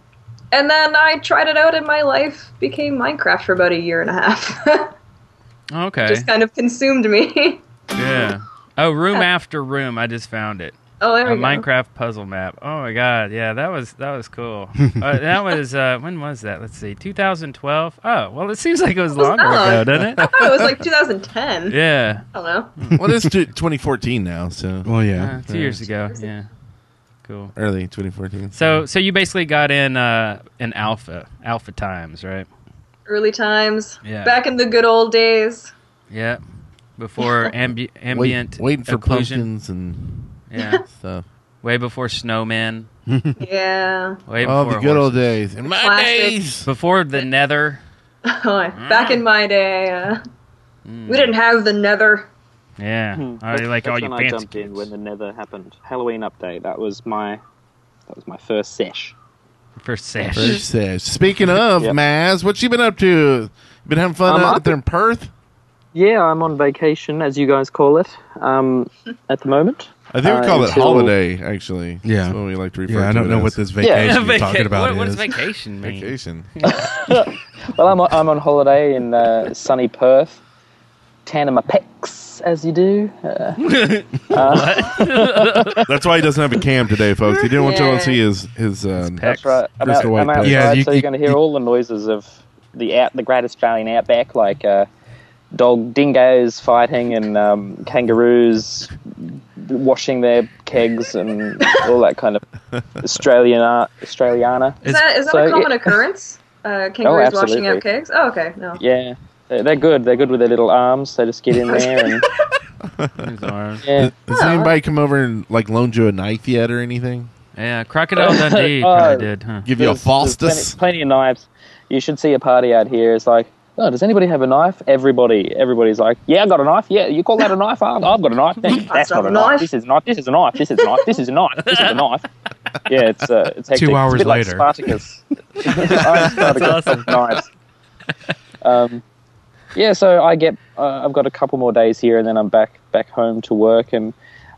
Speaker 8: and then I tried it out, and my life became Minecraft for about a year and a half.
Speaker 5: Okay.
Speaker 8: just kind of consumed me.
Speaker 5: yeah. Oh, room after room. I just found it.
Speaker 8: oh, there
Speaker 5: a
Speaker 8: we go.
Speaker 5: Minecraft puzzle map. Oh my god, yeah, that was that was cool. uh, that was uh, when was that? Let's see, 2012. Oh, well, it seems like it was
Speaker 8: was
Speaker 5: longer
Speaker 8: long.
Speaker 5: ago, doesn't it?
Speaker 8: I thought Oh, it was like 2010.
Speaker 5: Yeah,
Speaker 8: I don't know.
Speaker 2: well, it's t- 2014 now, so
Speaker 7: Well, yeah.
Speaker 5: uh, two years ago. Yeah, cool.
Speaker 2: early 2014.
Speaker 5: So so you basically got in uh, in alpha alpha times, right?
Speaker 8: Early times.
Speaker 5: Yeah.
Speaker 8: Back in the good old days.
Speaker 5: Yeah, before ambi-
Speaker 2: Wait-
Speaker 5: ambient
Speaker 2: waiting for
Speaker 5: occlusion.
Speaker 2: pumpkins and
Speaker 5: Yeah,
Speaker 2: stuff.
Speaker 5: way before snowmen.
Speaker 8: Yeah.
Speaker 5: Way
Speaker 2: Oh,
Speaker 5: before
Speaker 2: the good old
Speaker 5: horses.
Speaker 2: days. In my
Speaker 8: Classic.
Speaker 2: days.
Speaker 5: Before the nether.
Speaker 8: Oh, back in my day, uh, we didn't have the Nether.
Speaker 5: Yeah, oh, you like
Speaker 6: That's
Speaker 5: all you
Speaker 6: when
Speaker 5: fancy
Speaker 6: I jumped in
Speaker 5: kids.
Speaker 6: when the Nether happened. Halloween update. That was my that was my first sesh.
Speaker 5: First sesh.
Speaker 2: First says, Speaking of
Speaker 6: Yep.
Speaker 2: Maz, what you been up to? You Been having fun
Speaker 6: Um,
Speaker 2: out
Speaker 6: I've
Speaker 2: there in Perth?
Speaker 6: Yeah, I'm on vacation, as you guys call it, um, at the moment.
Speaker 2: I think we
Speaker 6: Uh,
Speaker 2: call it
Speaker 6: until-
Speaker 2: holiday. Actually,
Speaker 7: Yeah.
Speaker 2: That's what we like to refer.
Speaker 7: Yeah, I
Speaker 2: to
Speaker 7: don't
Speaker 2: it
Speaker 7: know
Speaker 2: as.
Speaker 7: what this
Speaker 5: Vaca-
Speaker 7: vacation you're talking about
Speaker 5: what, what
Speaker 7: is.
Speaker 5: does vacation mean?
Speaker 2: vacation.
Speaker 6: Well, I'm on, I'm on holiday in uh, sunny Perth, tanning my pecs as you do. Uh,
Speaker 2: That's why he doesn't have a cam today, folks. He didn't want
Speaker 8: Yeah.
Speaker 2: to see his his. Um,
Speaker 6: that's right. I'm, out,
Speaker 2: Bristol White
Speaker 6: I'm outside,
Speaker 2: Pecs.
Speaker 7: Yeah, you-
Speaker 6: so you're
Speaker 7: you-
Speaker 6: going to hear
Speaker 7: you-
Speaker 6: all the noises of the out, the great Australian outback, like uh, dog dingoes fighting and um, kangaroos washing their kegs and all that kind of Australian art, Australiana.
Speaker 8: Is that is that
Speaker 6: so
Speaker 8: a common
Speaker 6: it- Oh,
Speaker 8: occurrence? Uh, kangaroos washing
Speaker 6: absolutely.
Speaker 8: out kegs. Oh, okay, no.
Speaker 6: Yeah, they're, they're good. They're good with their little arms. They just get in there and
Speaker 5: His arms.
Speaker 6: yeah.
Speaker 2: Has anybody come over and like loaned you a knife yet or anything?
Speaker 5: Yeah, Crocodile Dundee
Speaker 6: Oh.
Speaker 5: kind of did, huh?
Speaker 2: Give you a
Speaker 6: There's- there's
Speaker 2: Faustus?
Speaker 6: Plenty, plenty of knives. You should see a party out here. It's like, oh, does anybody have a knife? Everybody, everybody's like, yeah, I got a knife. Yeah, you call that a knife? I've, I've got a knife. That- That's
Speaker 8: not
Speaker 6: not
Speaker 8: a
Speaker 6: a knife.
Speaker 8: knife.
Speaker 6: This is not. This is a knife. This is a knife. This is a knife. This is a knife. Yeah, it's uh, it's hectic.
Speaker 7: hours
Speaker 6: it's a bit
Speaker 7: later.
Speaker 6: Like Spartacus. I'm Spartacus of knives. Um, yeah, so I get. Uh, I've got a couple more days here, and then I'm back back home to work. And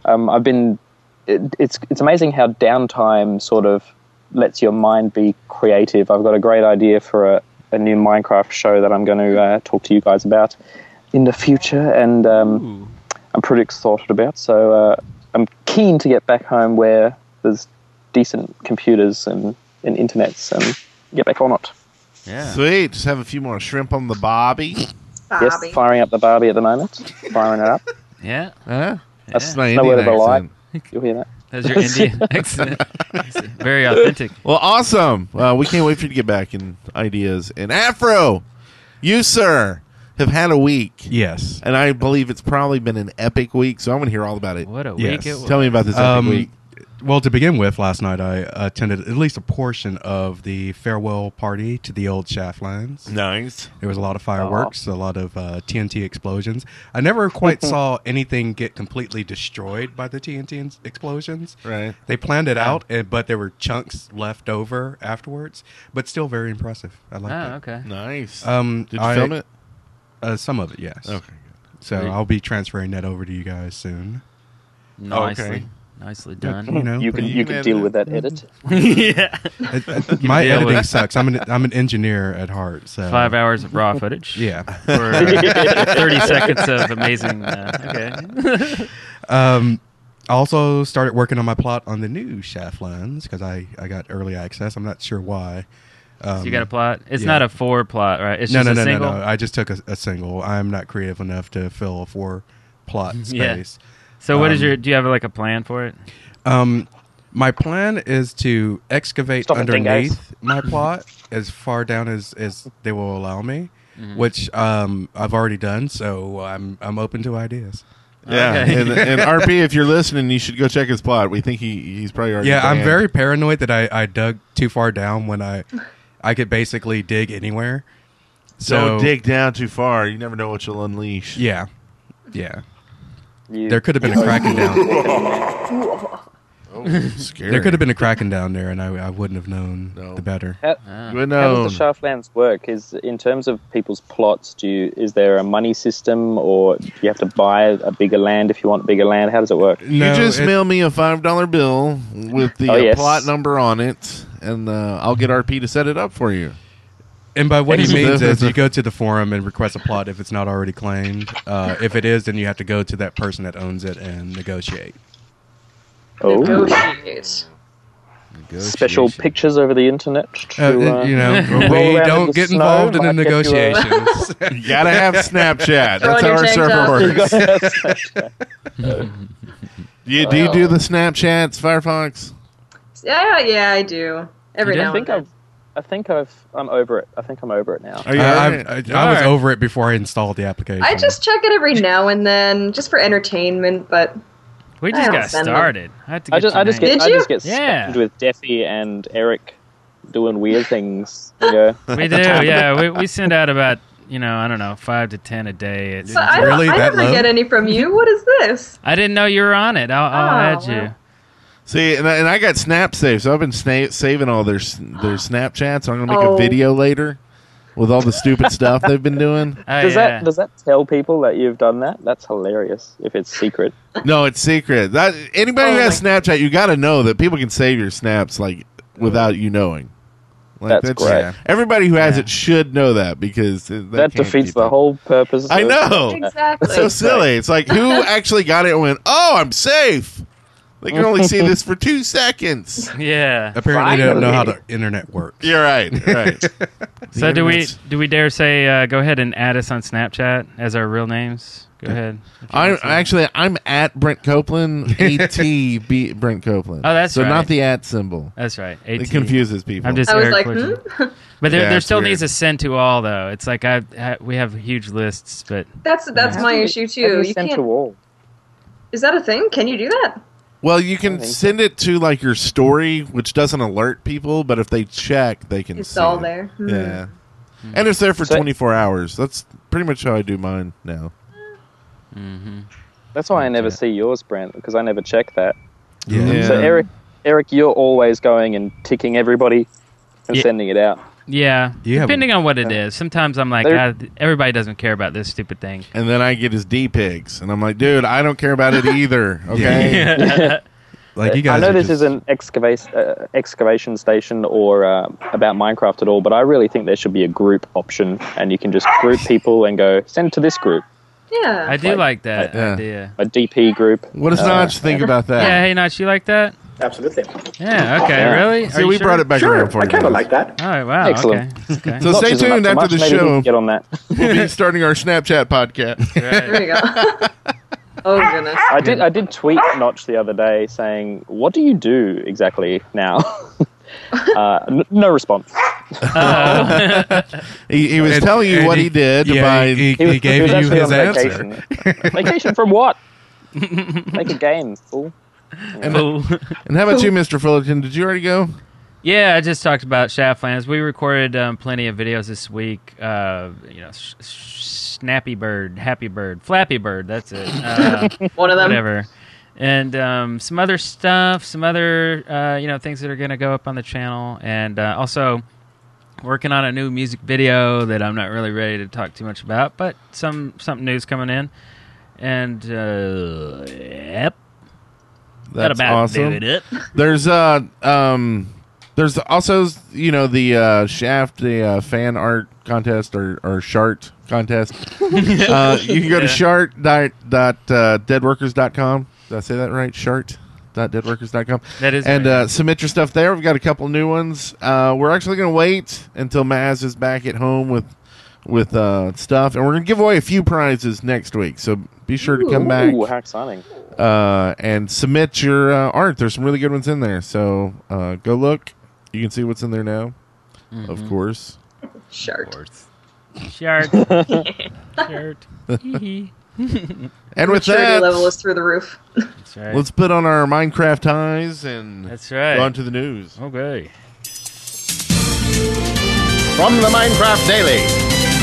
Speaker 6: um, I've been. It, it's it's amazing how downtime sort of lets your mind be creative. I've got a great idea for a, a new Minecraft show that I'm going to uh, talk to you guys about in the future, and um, I'm pretty excited about. So uh, I'm keen to get back home where there's decent computers and, and internets and get back on it.
Speaker 5: Yeah.
Speaker 2: Sweet. Just have a few more shrimp on the bobby.
Speaker 8: Bobby.
Speaker 6: Yes, firing up the Barbie at the moment, firing it up.
Speaker 5: Yeah.
Speaker 2: Huh? That's
Speaker 7: Oh,
Speaker 2: my
Speaker 6: No
Speaker 2: Indian
Speaker 6: word of a lie.
Speaker 2: accent.
Speaker 6: You'll hear that.
Speaker 5: That's your Indian accent. Very authentic.
Speaker 2: Well, awesome. Uh, we can't wait for you to get back in ideas. And Afro, you sir have had a week,
Speaker 7: yes.
Speaker 2: and I believe it's probably been an epic week. So I want to hear all about it.
Speaker 5: What a
Speaker 7: Yes.
Speaker 5: week it was.
Speaker 2: Tell me about this epic
Speaker 7: Um,
Speaker 2: week.
Speaker 7: well, to begin with, last night I attended at least a portion of the farewell party to the old Shaftlands.
Speaker 2: Nice.
Speaker 7: There was a lot of
Speaker 2: Oh.
Speaker 7: fireworks, a lot of uh, TNT explosions. I never quite saw anything get completely destroyed by the TNT in- explosions.
Speaker 2: Right.
Speaker 7: They planned it out, and, but there were chunks left over afterwards. But still very impressive. I like
Speaker 5: Oh,
Speaker 7: that.
Speaker 5: okay.
Speaker 2: Nice.
Speaker 7: Um,
Speaker 2: Did you
Speaker 7: I-
Speaker 2: film it?
Speaker 7: Uh, some of it, yes.
Speaker 2: Okay.
Speaker 7: So
Speaker 5: Great.
Speaker 7: I'll be transferring that over to you guys soon.
Speaker 5: Nicely.
Speaker 2: Oh, okay.
Speaker 5: Nicely
Speaker 7: You
Speaker 5: done.
Speaker 7: know,
Speaker 6: You
Speaker 7: but
Speaker 6: can
Speaker 2: you
Speaker 6: you
Speaker 2: can
Speaker 6: can deal
Speaker 2: edit
Speaker 6: with that edit.
Speaker 5: yeah.
Speaker 7: it- it- my
Speaker 5: deal with
Speaker 7: editing
Speaker 5: it.
Speaker 7: sucks. I'm an I'm an engineer at heart. So
Speaker 5: Five hours of raw footage.
Speaker 7: Yeah.
Speaker 5: For 30 seconds of amazing. Uh, okay.
Speaker 7: Um, I also started working on my plot on the new Shaftlands because I, I got early access. I'm not sure why. Um,
Speaker 5: So you got a plot? It's
Speaker 7: yeah.
Speaker 5: not a four plot, right? It's
Speaker 7: no,
Speaker 5: just
Speaker 7: no,
Speaker 5: a
Speaker 7: no, no,
Speaker 5: single.
Speaker 7: no. I just took a, a single. I'm not creative enough to fill a four plot
Speaker 5: Mm-hmm. Yeah.
Speaker 7: space.
Speaker 5: So what is
Speaker 7: Um,
Speaker 5: your? Do you have like a plan for it?
Speaker 7: Um, my plan is to excavate
Speaker 6: Stop it,
Speaker 7: underneath
Speaker 6: dingoes.
Speaker 7: my plot as far down as, as they will allow me,
Speaker 5: Mm-hmm.
Speaker 7: which um, I've already done. So I'm I'm open to ideas.
Speaker 2: Yeah,
Speaker 5: Okay.
Speaker 2: and, and RP, if you're listening, you should go check his plot. We think he he's probably already.
Speaker 7: Yeah, I'm
Speaker 2: banned.
Speaker 7: very paranoid that I, I dug too far down when I I could basically dig anywhere. So
Speaker 2: Don't dig down too far. You never know what you'll unleash.
Speaker 7: Yeah, yeah.
Speaker 6: You,
Speaker 7: There could have been a Kraken down.
Speaker 2: Scary.
Speaker 7: There could have been a Kraken down there, and I, I wouldn't have known
Speaker 2: No.
Speaker 7: the better.
Speaker 2: You would
Speaker 6: how
Speaker 2: know.
Speaker 6: does the Shaftlands work? Is in terms of people's plots, do you, is there a money system, or do you have to buy a bigger land if you want bigger land? How does it work?
Speaker 2: You
Speaker 7: No,
Speaker 2: just
Speaker 7: it-
Speaker 2: mail me a five dollar bill with the
Speaker 6: Oh,
Speaker 2: uh,
Speaker 6: yes.
Speaker 2: plot number on it, and uh, I'll get RP to set it up for you.
Speaker 7: And by what he
Speaker 2: Any-
Speaker 7: means is you go to the forum and request a plot if it's not already claimed. Uh, if it is, then you have to go to that person that owns it and negotiate.
Speaker 6: Oh,
Speaker 8: Negotiate.
Speaker 6: special pictures over the internet. To,
Speaker 7: Uh,
Speaker 6: uh,
Speaker 7: you know,
Speaker 6: roll
Speaker 7: we
Speaker 6: around in
Speaker 7: don't
Speaker 6: the
Speaker 7: get
Speaker 6: snow
Speaker 7: involved in the
Speaker 6: might get you, uh,
Speaker 7: negotiations.
Speaker 2: You gotta have Snapchat.
Speaker 8: Throw
Speaker 2: That's how
Speaker 8: in your
Speaker 2: our
Speaker 8: tank
Speaker 2: server
Speaker 8: top.
Speaker 2: works. You, do you do the Snapchats, Firefox?
Speaker 8: Yeah, yeah, I do. Every
Speaker 6: I
Speaker 8: now and
Speaker 6: think
Speaker 8: then.
Speaker 6: I've, I think I've, I'm over it. I think I'm over it now.
Speaker 2: Are
Speaker 7: I,
Speaker 2: you
Speaker 7: I,
Speaker 2: alright?
Speaker 7: I, I was
Speaker 2: Alright.
Speaker 7: over it before I installed the application.
Speaker 8: I just check it every now and then, just for entertainment. But
Speaker 5: We
Speaker 8: I
Speaker 5: just
Speaker 8: don't
Speaker 5: got
Speaker 8: send them.
Speaker 5: started. I had to get
Speaker 6: I just,
Speaker 5: your
Speaker 6: I just
Speaker 5: name.
Speaker 6: get,
Speaker 8: Did
Speaker 6: I
Speaker 8: you?
Speaker 6: just get
Speaker 5: Yeah.
Speaker 6: stuck with Deffy and Eric doing weird things. You know,
Speaker 5: We do, yeah. We, we send out about you know I don't know five to ten a day. It's,
Speaker 8: but I don't.
Speaker 7: Really?
Speaker 8: I
Speaker 7: That
Speaker 8: never
Speaker 7: low?
Speaker 8: get any from you. What is this?
Speaker 5: I didn't know you were on it. I'll, I'll
Speaker 8: Oh,
Speaker 5: add you.
Speaker 8: well.
Speaker 2: See, and I, and I got Snap saved, so I've been sna- saving all their s- their Snapchats. So I'm gonna make
Speaker 8: Oh.
Speaker 2: a video later with all the stupid stuff they've been doing.
Speaker 5: Oh,
Speaker 6: does
Speaker 5: yeah.
Speaker 6: that does that tell people that you've done that? That's hilarious. If it's secret,
Speaker 2: No, it's secret. That anybody who
Speaker 8: Oh
Speaker 2: has Snapchat, you got to know that people can save your snaps like without you knowing. Like,
Speaker 6: That's great.
Speaker 2: yeah. Everybody who has
Speaker 5: Yeah.
Speaker 2: it should know that because they
Speaker 6: that
Speaker 2: can't
Speaker 6: defeats
Speaker 2: keep
Speaker 6: the
Speaker 2: it.
Speaker 6: whole purpose.
Speaker 2: I
Speaker 6: of-
Speaker 2: know.
Speaker 8: Exactly.
Speaker 2: It's Oh. so silly. It's like who actually got it and went, "Oh, I'm safe." They can only see this for two seconds.
Speaker 5: Yeah.
Speaker 7: apparently they don't know how the internet works.
Speaker 2: You're right. you're right.
Speaker 5: So do we
Speaker 2: Internet's-
Speaker 5: do we dare say uh, go ahead and add us on Snapchat as our real names? Go ahead.
Speaker 2: I'm actually I'm at Brent Copeland. At B Brent Copeland.
Speaker 5: Oh, that's
Speaker 2: so
Speaker 5: right.
Speaker 2: not the at symbol.
Speaker 5: That's right.
Speaker 2: It
Speaker 5: AT.
Speaker 2: confuses people.
Speaker 5: I'm just
Speaker 8: I was
Speaker 5: Eric
Speaker 8: like,
Speaker 5: Clifton.
Speaker 8: hmm?
Speaker 5: But there,
Speaker 2: Yeah,
Speaker 5: there
Speaker 2: it's
Speaker 5: still
Speaker 2: weird.
Speaker 5: needs a send to all though. It's like I, I we have huge lists, but
Speaker 8: That's that's my issue too. You
Speaker 6: sent to
Speaker 8: can't.
Speaker 6: all.
Speaker 8: Is that a thing? Can you do that?
Speaker 2: Well, you can
Speaker 6: think so.
Speaker 2: send it to like your story, which doesn't alert people, but if they check, they can.
Speaker 8: It's
Speaker 2: see
Speaker 8: all
Speaker 2: it.
Speaker 8: there. Hmm.
Speaker 2: Yeah, and it's there for
Speaker 6: So-
Speaker 2: 24 hours. That's pretty much how I do mine now.
Speaker 6: That's why I never see yours, Brent, because I never check that.
Speaker 7: Yeah.
Speaker 6: So
Speaker 2: Um,
Speaker 6: Eric, Eric, you're always going and ticking everybody and
Speaker 5: Yeah.
Speaker 6: sending it out.
Speaker 5: yeah,
Speaker 7: You have-
Speaker 5: depending on what it is. Sometimes I'm like,
Speaker 6: There-
Speaker 5: "Ah, everybody doesn't care about this stupid thing.
Speaker 2: and then I get his D pigs, and I'm like, dude, I don't care about it either. Okay,
Speaker 7: Like you guys.
Speaker 6: I know
Speaker 7: are
Speaker 6: this
Speaker 7: just-
Speaker 6: isn't excavation, uh, excavation station or uh, about Minecraft at all, but I really think there should be a group option, and you can just group people and go send to this group,
Speaker 8: Yeah.
Speaker 5: I do like,
Speaker 6: Like-
Speaker 5: that
Speaker 2: Yeah.
Speaker 5: idea.
Speaker 6: a DP group.
Speaker 2: what does Notch think about that?
Speaker 5: Yeah, hey, not you like that?
Speaker 10: Absolutely.
Speaker 5: Yeah. Okay.
Speaker 6: Yeah.
Speaker 5: Really?
Speaker 2: See, we brought it back
Speaker 10: Sure,
Speaker 2: around for
Speaker 10: I
Speaker 2: you.
Speaker 10: kind of like that.
Speaker 5: All right. Wow.
Speaker 6: Excellent.
Speaker 5: Okay. okay.
Speaker 2: so stay
Speaker 6: Notches are not
Speaker 2: tuned
Speaker 6: so
Speaker 2: after
Speaker 6: much.
Speaker 2: the
Speaker 6: Maybe we can
Speaker 2: show.
Speaker 6: Get on that.
Speaker 2: We'll be starting our Snapchat podcast.
Speaker 8: There we go. oh goodness.
Speaker 6: I did. I did tweet Notch the other day saying, "What do you do exactly now?" uh, n- no response.
Speaker 2: He, he was
Speaker 7: and-
Speaker 2: telling you
Speaker 7: and
Speaker 2: what he did
Speaker 7: yeah,
Speaker 2: by.
Speaker 7: he, he gave
Speaker 6: was
Speaker 7: you
Speaker 6: actually
Speaker 7: his
Speaker 6: on
Speaker 7: answer.
Speaker 6: Vacation. vacation from what? Make a game, fool.
Speaker 5: Cool.
Speaker 2: and how about you, Mr. Fullerton? Did you already go?
Speaker 5: Yeah, I just talked about Shaftlands. We recorded um, plenty of videos this week. Uh, you know, sh- sh- Snappy Bird, Happy Bird, Flappy Bird. That's it. Uh,
Speaker 8: One of them.
Speaker 5: whatever. And um, some other stuff, some other uh, you know things that are going to go up on the channel, and uh, also working on a new music video that I'm not really ready to talk too much about, but some something new's coming in. And uh, yep, that
Speaker 2: That's
Speaker 5: about
Speaker 2: awesome.
Speaker 5: do it up.
Speaker 2: There's uh um there's also you know the uh, Shaft the uh, fan art contest or or Shart contest. uh, you can go to Shart dot dot uh, deadworkers.com. Did I say that right? Shart dot deadworkers.com.
Speaker 5: That is
Speaker 2: and
Speaker 5: right.
Speaker 2: uh, submit your stuff there. We've got a couple new ones. Uh, we're actually going to wait until Maz is back at home with with uh, stuff, and we're going to give away a few prizes next week. So be sure to come back
Speaker 6: Ooh, how exciting!
Speaker 2: uh, and submit your uh, art. There's some really good ones in there, so uh, go look. You can see what's in there now,
Speaker 5: Mm-hmm.
Speaker 2: of course.
Speaker 8: Shark.
Speaker 5: Shirt. Shirt. Hee-hee.
Speaker 2: And with
Speaker 8: Maturity
Speaker 2: that,
Speaker 8: level is through the roof.
Speaker 5: That's right.
Speaker 2: let's put on our Minecraft ties and
Speaker 5: That's right.
Speaker 2: go on to the news.
Speaker 5: okay.
Speaker 4: From the Minecraft Daily,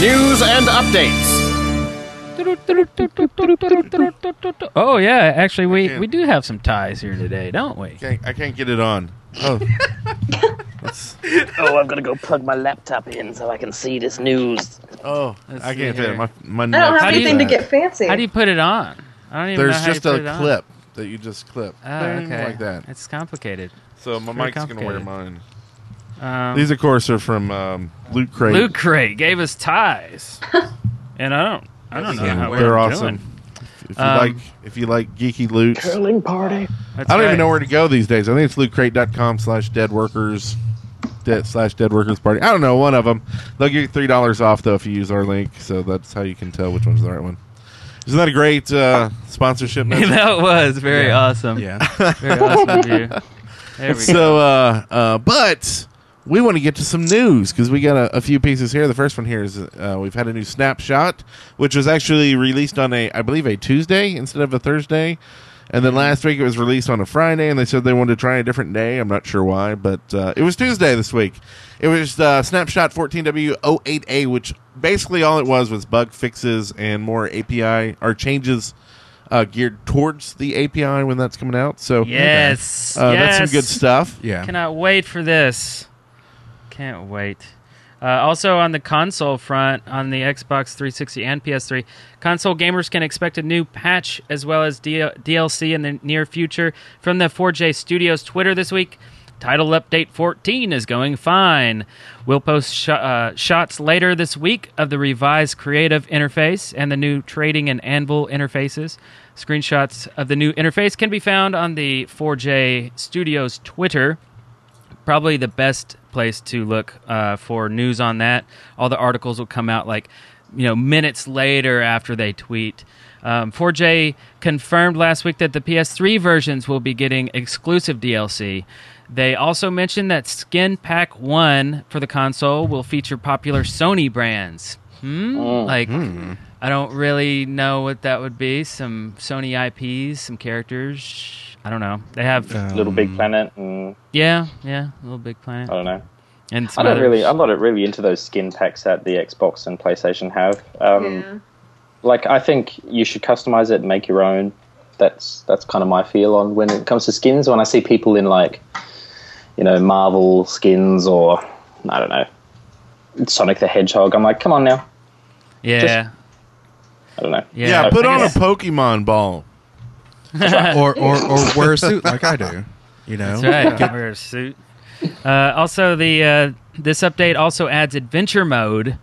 Speaker 4: news and updates.
Speaker 5: Oh yeah, actually we
Speaker 2: can't-
Speaker 5: we do have some ties here today, don't we?
Speaker 2: Can't, I can't get it on. Oh. That's-
Speaker 10: Oh, I'm gonna go plug my laptop in so I can see this news.
Speaker 2: oh,
Speaker 5: Let's
Speaker 2: I
Speaker 5: see
Speaker 2: can't fit
Speaker 5: here.
Speaker 2: it. My, my
Speaker 8: I don't
Speaker 2: neck's
Speaker 8: have
Speaker 5: do you-
Speaker 8: anything to
Speaker 2: bad.
Speaker 8: get fancy.
Speaker 5: How do you put it on? I don't even know
Speaker 2: There's
Speaker 5: how you
Speaker 2: just
Speaker 5: put it
Speaker 2: a
Speaker 5: on.
Speaker 2: clip that you just clip.
Speaker 5: Oh,
Speaker 2: Bang,
Speaker 5: okay.
Speaker 2: Like that.
Speaker 5: It's complicated.
Speaker 2: So my
Speaker 5: very
Speaker 2: mic's going to wear
Speaker 5: complicated.
Speaker 2: mine.
Speaker 5: Um,
Speaker 2: These, of course, are from um, Loot Crate.
Speaker 5: Loot Crate gave us ties, and I don't I don't know
Speaker 2: Yeah,
Speaker 5: how
Speaker 2: they're
Speaker 5: we're
Speaker 2: awesome.
Speaker 5: doing.
Speaker 2: If you
Speaker 5: Um,
Speaker 2: like, if you like geeky loot, I
Speaker 10: Curling party.
Speaker 5: That's
Speaker 2: don't
Speaker 5: right.
Speaker 2: even know where to go these days. I think it's lootcrate.com slash dead workers, dead slash dead workers party. I don't know one of them. They'll give you three dollars off though if you use our link. So that's how you can tell which one's the right one. Isn't that a great uh, sponsorship? message?
Speaker 5: that was very awesome.
Speaker 7: Yeah.
Speaker 5: Very awesome of you. There we go.
Speaker 2: so, uh, uh, but we want to get to some news because we got a, a few pieces here. The first one here is uh, we've had a new snapshot, which was actually released on a, I believe, a Tuesday instead of a Thursday. And
Speaker 5: Mm-hmm.
Speaker 2: then last week it was released on a Friday, and they said they wanted to try a different day. I'm not sure why, but uh, it was Tuesday this week. It was uh, Snapshot 14W08A, which basically all it was was bug fixes and more API or changes uh, geared towards the API when that's coming out. So
Speaker 5: Yes.
Speaker 2: uh,
Speaker 5: yes.
Speaker 2: that's some good stuff.
Speaker 7: Yeah.
Speaker 5: Cannot wait for this. Can't wait. Uh, also, on the console front, on the Xbox 360 and PS3, console gamers can expect a new patch as well as D- DLC in the near future from the 4J Studios Twitter this week. Title update 14 is going fine. We'll post sh- uh, shots later this week of the revised creative interface and the new trading and anvil interfaces. Screenshots of the new interface can be found on the 4J Studios Twitter probably the best place to look uh, for news on that. All the articles will come out like you know minutes later after they tweet. Um, 4J confirmed last week that the PS3 versions will be getting exclusive DLC. They also mentioned that Skin Pack 1 for the console will feature popular Sony brands. Hmm? Like, I don't really know what that would be. Some Sony IPs, some characters. I don't know. They have,
Speaker 6: Little Big Planet, and
Speaker 5: yeah, yeah, Little Big Planet.
Speaker 6: I don't know.
Speaker 5: And some
Speaker 6: I don't
Speaker 5: other-
Speaker 6: really. I'm not really into those skin packs that the Xbox and PlayStation have. Um,
Speaker 8: Yeah.
Speaker 6: Like, I think you should customize it, and make your own. That's that's kind of my feel on when it comes to skins. When I see people in like, you know, Marvel skins or I don't know, Sonic the Hedgehog, I'm like, come on now.
Speaker 5: Yeah.
Speaker 6: I don't know.
Speaker 5: yeah.
Speaker 2: Yeah, put
Speaker 6: I
Speaker 2: on a
Speaker 6: guess-
Speaker 2: Pokemon ball.
Speaker 7: or, or or wear a suit like I do. You know.
Speaker 5: That's right. Can wear a suit. Uh, also, the uh, this update also adds adventure mode,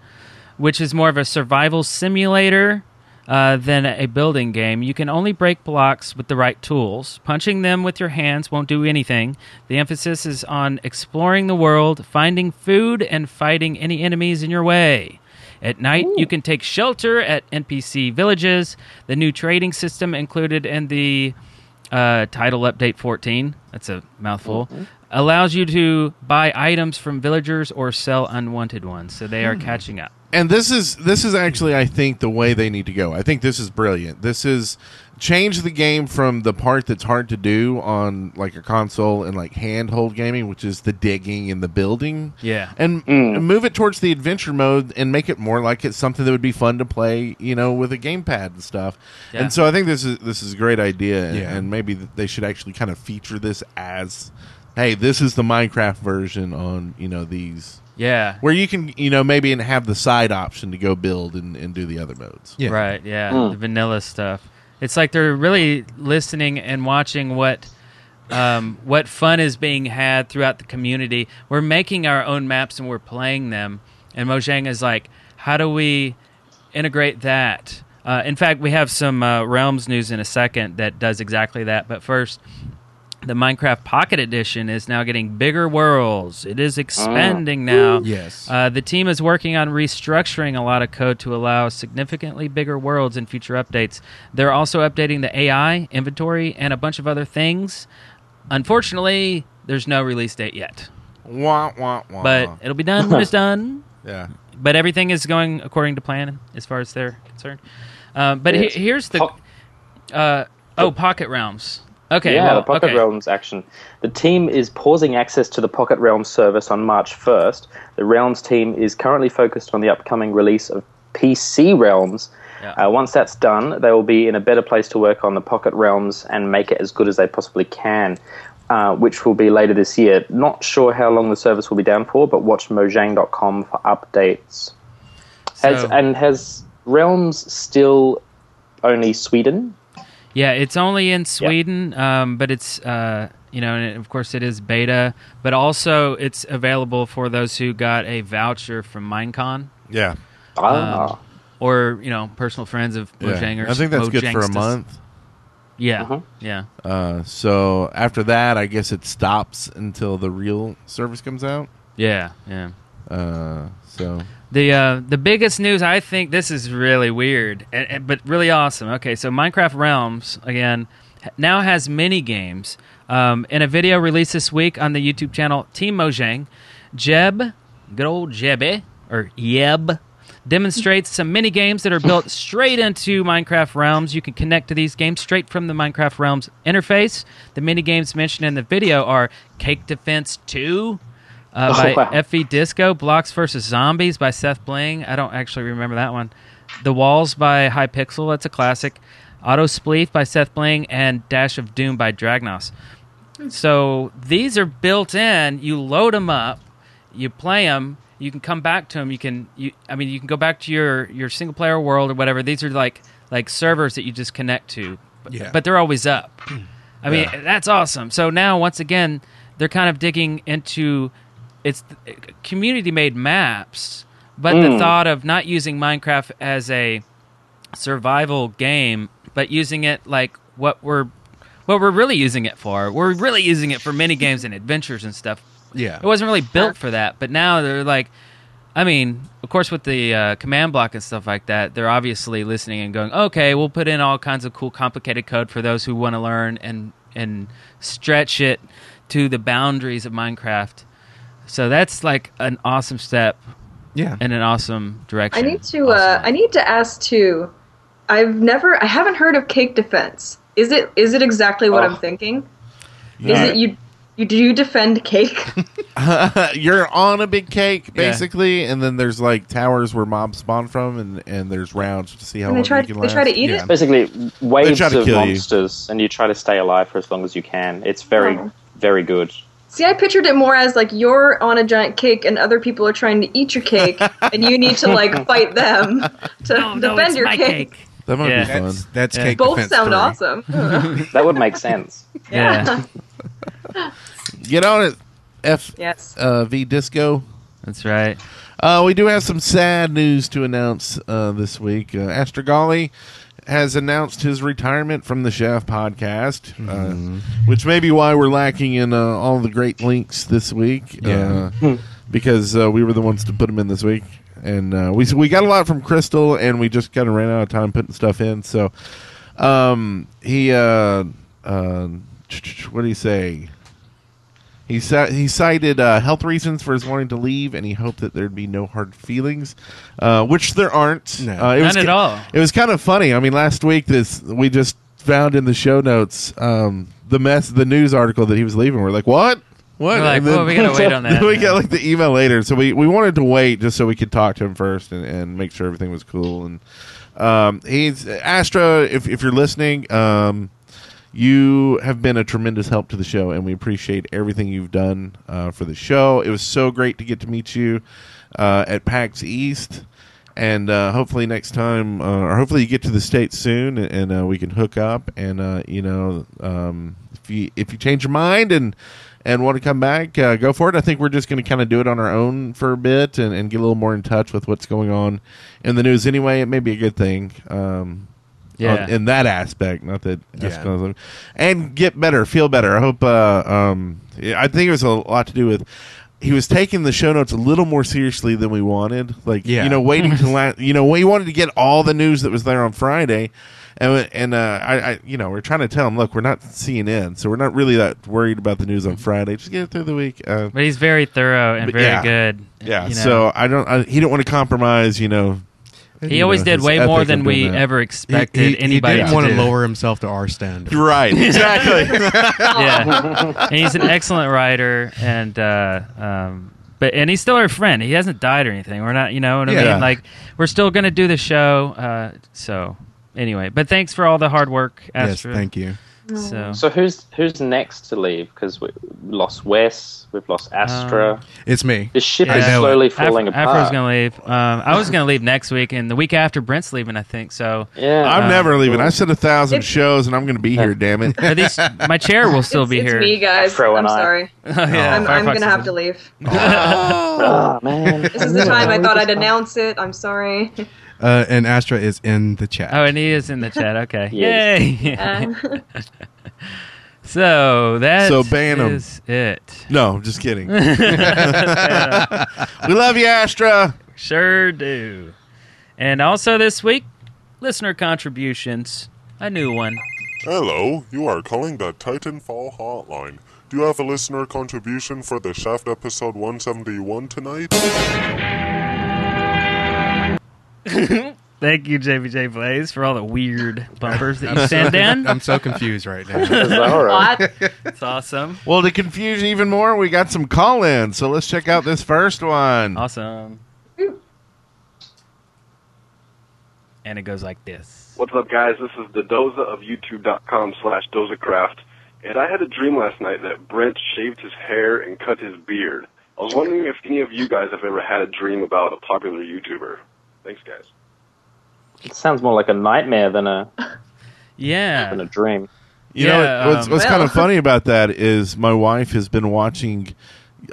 Speaker 5: which is more of a survival simulator uh, than a building game. You can only break blocks with the right tools. Punching them with your hands won't do anything. The emphasis is on exploring the world, finding food, and fighting any enemies in your way. At night, you can take shelter at NPC villages. The new trading system included in the uh, title update 14 that's a mouthful allows you to buy items from villagers or sell unwanted ones so they are catching up
Speaker 2: And this is this is actually I think the way they need to go. I think this is brilliant. This is change the game from the part that's hard to do on like a console and like handheld gaming, which is the digging and the building.
Speaker 5: Yeah.
Speaker 2: And and move it towards the adventure mode and make it more like it's something that would be fun to play, you know, with a gamepad and stuff.
Speaker 5: Yeah.
Speaker 2: And so I think this is this is a great idea and,
Speaker 7: Yeah.
Speaker 2: and maybe th- they should actually kind of feature this as hey, this is the Minecraft version on, you know, these
Speaker 5: yeah
Speaker 2: where you can you know maybe and have the side option to go build and, and do the other modes
Speaker 7: Yeah.
Speaker 5: right yeah the vanilla stuff it's like they're really listening and watching what um, what fun is being had throughout the community we're making our own maps and we're playing them and mojang is like how do we integrate that uh, in fact we have some uh, realms news in a second that does exactly that but first the Minecraft Pocket Edition is now getting bigger worlds. It is expanding now.
Speaker 7: Yes.
Speaker 5: Uh, the team is working on restructuring a lot of code to allow significantly bigger worlds in future updates. They're also updating the AI, inventory, and a bunch of other things. Unfortunately, there's no release date yet,
Speaker 2: wah, wah, wah.
Speaker 5: but it'll be done when it's done
Speaker 2: yeah
Speaker 5: but everything is going according to plan as far as they're concerned. Um, but
Speaker 6: Yes.
Speaker 5: he- here's the
Speaker 6: Po-
Speaker 5: uh, oh pocket realms. Okay,
Speaker 6: yeah,
Speaker 5: well,
Speaker 6: the Pocket
Speaker 5: okay.
Speaker 6: Realms action. The team is pausing access to the Pocket Realms service on March 1st. The Realms team is currently focused on the upcoming release of PC Realms, Uh, once that's done, they will be in a better place to work on the Pocket Realms and make it as good as they possibly can, uh, which will be later this year. Not sure how long the service will be down for, but watch Mojang.com for updates. Has,
Speaker 5: So-
Speaker 6: and has Realms still only Sweden?
Speaker 5: Yeah, it's only in Sweden, um, but it's uh, you know, and of course it is beta, but also it's available for those who got a voucher from Minecon.
Speaker 2: Yeah.
Speaker 5: Um,
Speaker 2: Ah.
Speaker 5: or you know, personal friends of
Speaker 2: Yeah.
Speaker 5: Mojangers.
Speaker 2: I think that's good for a
Speaker 5: Mojangsters.
Speaker 2: month.
Speaker 5: Yeah, yeah.
Speaker 2: Uh, so after that, I guess it stops until the real service comes out.
Speaker 5: Yeah, yeah.
Speaker 2: Uh, so
Speaker 5: The uh, the biggest news I think this is really weird, and, and- but really awesome. Okay, so Minecraft Realms again h- now has mini games. Um, in a video released this week on the YouTube channel Team Mojang, Jeb, good old Jebe or Yeb, demonstrates some mini games that are built straight into Minecraft Realms. You can connect to these games straight from the Minecraft Realms interface. The mini games mentioned in the video are Cake Defense Two uh,
Speaker 6: Oh,
Speaker 5: by
Speaker 6: wow.
Speaker 5: FE Disco, Blocks versus Zombies by Seth Bling. I don't actually remember that one. The Walls by Hypixel, that's a classic. Auto Spleef by Seth Bling and Dash of Doom by Dragnos. So these are built in. You load them up, you play them, you can come back to them. You can, you, I mean, you can go back to your your single player world or whatever. These are like like servers that you just connect to. But,
Speaker 11: Yeah.
Speaker 5: but they're always up. I mean,
Speaker 11: Yeah.
Speaker 5: that's awesome. So now, once again, they're kind of digging into it's community made maps, but the
Speaker 11: Mm.
Speaker 5: thought of not using Minecraft as a survival game, but using it like what we're what we're really using it for. We're really using it for mini games and adventures and stuff.
Speaker 7: Yeah.
Speaker 5: It wasn't really built for that, but now they're like, I mean, of course, with the uh, command block and stuff like that, they're obviously listening and going, okay, we'll put in all kinds of cool, complicated code for those who want to learn and and stretch it to the boundaries of Minecraft. So that's like an awesome step,
Speaker 7: yeah,
Speaker 5: and an awesome
Speaker 8: I
Speaker 5: direction.
Speaker 8: need to. Uh, I need to ask too. I've never. I haven't heard of cake defense. Is it? Is it exactly what
Speaker 2: Oh.
Speaker 8: I'm thinking?
Speaker 2: Yeah.
Speaker 8: Is it you? You do you defend cake?
Speaker 2: Uh, you're on a big cake
Speaker 8: Yeah.
Speaker 2: basically, and then there's like towers where mobs spawn from, and, and there's rounds to see how
Speaker 8: And they
Speaker 2: long
Speaker 8: try
Speaker 2: you
Speaker 8: to-
Speaker 2: can
Speaker 8: they
Speaker 2: last.
Speaker 8: try to eat it?
Speaker 2: Yeah.
Speaker 6: Basically, waves
Speaker 2: try to
Speaker 6: of
Speaker 2: kill you.
Speaker 6: monsters, and you try to stay alive for as long as you can. It's very,
Speaker 8: Oh.
Speaker 6: very good.
Speaker 8: See, I pictured it more as like you're on a giant cake and other people are trying to eat your cake, and you need to like fight them to defend
Speaker 11: Oh, it's
Speaker 8: your
Speaker 11: my
Speaker 8: cake.
Speaker 2: That might
Speaker 7: Yeah.
Speaker 2: be fun.
Speaker 7: That's- that's Yeah. cake
Speaker 8: Both sound awesome.
Speaker 6: that would make sense.
Speaker 5: Yeah.
Speaker 2: Get on it, F
Speaker 8: Yes.
Speaker 2: uh, V Disco.
Speaker 5: That's right.
Speaker 2: Uh, we do have some sad news to announce uh, this week. Uh, Astragali has announced his retirement from the Chef podcast, uh, which may be why we're lacking in uh, all the great links this week.
Speaker 7: Yeah.
Speaker 2: Uh, because uh, we were the ones to put them in this week. And uh, we we got a lot from Crystal, and we just kind of ran out of time putting stuff in. So, um, he uh, uh, what did he say? He sa- he cited uh, health reasons for his wanting to leave, and he hoped that there'd be no hard feelings, uh, which there aren't. Uh,
Speaker 5: None at all.
Speaker 2: It was kind of funny. I mean, last week this we just found in the show notes um, the mess, the news article that he was leaving. We're like, what? What?
Speaker 5: We're like,
Speaker 2: And then-
Speaker 5: "Well, we gotta wait on that."
Speaker 2: we got like the email later, so we, we wanted to wait just so we could talk to him first and, and make sure everything was cool. And um, he's Astra. If if you're listening, um, you have been a tremendous help to the show, and we appreciate everything you've done uh, for the show. It was so great to get to meet you uh, at PAX East, and uh, hopefully next time, uh, or hopefully you get to the states soon, and, and uh, we can hook up. And uh, you know, um, if you if you change your mind and and want to come back, uh, go for it. I think we're just going to kind of do it on our own for a bit and, and get a little more in touch with what's going on in the news. Anyway, it may be a good thing. Um,
Speaker 5: Yeah.
Speaker 2: on- in that aspect, not that
Speaker 5: Yeah.
Speaker 2: Astronaut- and get better, feel better. I hope. Uh, um, yeah, I think it was a lot to do with he was taking the show notes a little more seriously than we wanted. Like,
Speaker 7: Yeah.
Speaker 2: you know, waiting to la- you know, we wanted to get all the news that was there on Friday. And, and uh, I, I, you know, we're trying to tell him, look, we're not CNN, so we're not really that worried about the news on Friday. Just get it through the week. Uh,
Speaker 5: But he's very thorough and
Speaker 2: But
Speaker 5: very
Speaker 2: yeah.
Speaker 5: good.
Speaker 2: yeah.
Speaker 5: you know.
Speaker 2: So I don't. I, he didn't want to compromise. You know.
Speaker 5: He
Speaker 2: you
Speaker 5: always did
Speaker 2: his
Speaker 5: way
Speaker 2: ethic
Speaker 5: more
Speaker 2: of
Speaker 5: than
Speaker 2: doing
Speaker 5: we
Speaker 2: that.
Speaker 5: ever expected
Speaker 7: He- he-
Speaker 5: anybody
Speaker 7: He
Speaker 5: to
Speaker 7: didn't want
Speaker 5: do.
Speaker 7: to lower himself to our standard.
Speaker 2: Right. Exactly.
Speaker 5: yeah, and he's an excellent writer, and uh, um, but and he's still our friend. He hasn't died or anything. We're not, you know what I
Speaker 2: Yeah.
Speaker 5: mean? Like we're still going to do the show. Uh, so anyway, but thanks for all the hard work,
Speaker 7: Yes,
Speaker 5: Astro.
Speaker 7: thank you.
Speaker 5: So
Speaker 6: So who's who's next to leave? Because we we lost Wes, we've lost Astra.
Speaker 7: It's me.
Speaker 6: the ship
Speaker 5: Yeah.
Speaker 6: is slowly falling
Speaker 5: Af-
Speaker 6: apart.
Speaker 5: Afro's gonna leave. Um, I was gonna leave next week, and the week after Brent's leaving, I think. So
Speaker 6: yeah,
Speaker 2: I'm
Speaker 5: Uh,
Speaker 2: never leaving. I said a thousand shows, and I'm going to be here. Damn it!
Speaker 5: at least my chair will still be
Speaker 8: it's
Speaker 5: here.
Speaker 8: me, guys.
Speaker 6: Afro
Speaker 8: I'm
Speaker 6: and I.
Speaker 8: sorry.
Speaker 5: Oh, yeah,
Speaker 8: I'm, I'm
Speaker 5: Firefox
Speaker 8: gonna have
Speaker 5: is-
Speaker 8: to leave.
Speaker 6: oh man.
Speaker 8: This is the time I thought I'd announce it. I'm sorry.
Speaker 7: Uh, and Astra is in the chat.
Speaker 5: Oh, and he is in the chat. Okay,
Speaker 6: Yes.
Speaker 5: yay!
Speaker 8: Um,
Speaker 5: so that
Speaker 2: So ban 'em.
Speaker 5: is it.
Speaker 2: No, just kidding. we love you, Astra.
Speaker 5: Sure do. And also this week, listener contributions. A new one.
Speaker 11: Hello, you are calling the Titanfall hotline. Do you have a listener contribution for the Shaft episode 171 tonight?
Speaker 5: Thank you, JBJ Blaze, for all the weird bumpers that you send in.
Speaker 7: I'm so confused right now.
Speaker 6: Is that all right?
Speaker 8: what?
Speaker 5: It's awesome.
Speaker 2: Well, to confuse you even more, we got some call-ins. So let's check out this first one.
Speaker 5: Awesome. And it goes like this.
Speaker 12: What's up, guys? This is the Doza of YouTube.com slash DozaCraft, and I had a dream last night that Brent shaved his hair and cut his beard. I was wondering if any of you guys have ever had a dream about a popular YouTuber. Thanks, guys.
Speaker 6: It sounds more like a nightmare than a than
Speaker 5: Yeah.
Speaker 6: a dream.
Speaker 2: You
Speaker 5: Yeah,
Speaker 2: know what- what's,
Speaker 5: um,
Speaker 2: what's kind
Speaker 8: Well.
Speaker 2: of funny about that is my wife has been watching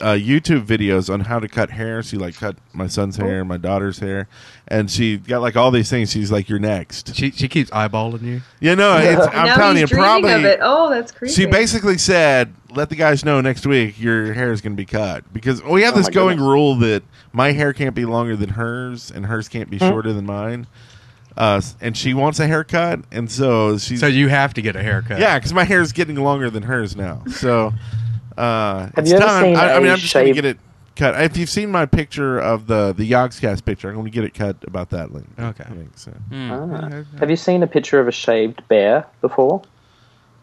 Speaker 2: uh, YouTube videos on how to cut hair. She like cut my son's hair, my daughter's hair, and she got like all these things. She's like, "You're next."
Speaker 7: she she keeps eyeballing you.
Speaker 2: You know, it's, I'm
Speaker 8: now
Speaker 2: telling
Speaker 8: he's
Speaker 2: you,
Speaker 8: dreaming
Speaker 2: probably.
Speaker 8: of it. Oh, that's creepy.
Speaker 2: She basically said, "Let the guys know next week your hair is going to be cut because we have
Speaker 6: Oh
Speaker 2: this
Speaker 6: my
Speaker 2: going
Speaker 6: goodness.
Speaker 2: rule that my hair can't be longer than hers and hers can't be shorter than mine." Uh, s- and she wants a haircut, and so she's
Speaker 7: So you have to get a haircut.
Speaker 2: yeah, because my hair is getting longer than hers now. So uh,
Speaker 6: Have
Speaker 2: it's
Speaker 6: you ever
Speaker 2: time.
Speaker 6: seen
Speaker 2: I, I
Speaker 6: a
Speaker 2: mean, I'm just going to
Speaker 6: shaved-
Speaker 2: get it cut. If you've seen my picture of the the Yogscast picture, I'm going to get it cut about that length.
Speaker 7: Okay.
Speaker 2: I think so.
Speaker 6: Ah. Have you seen a picture of a shaved bear before?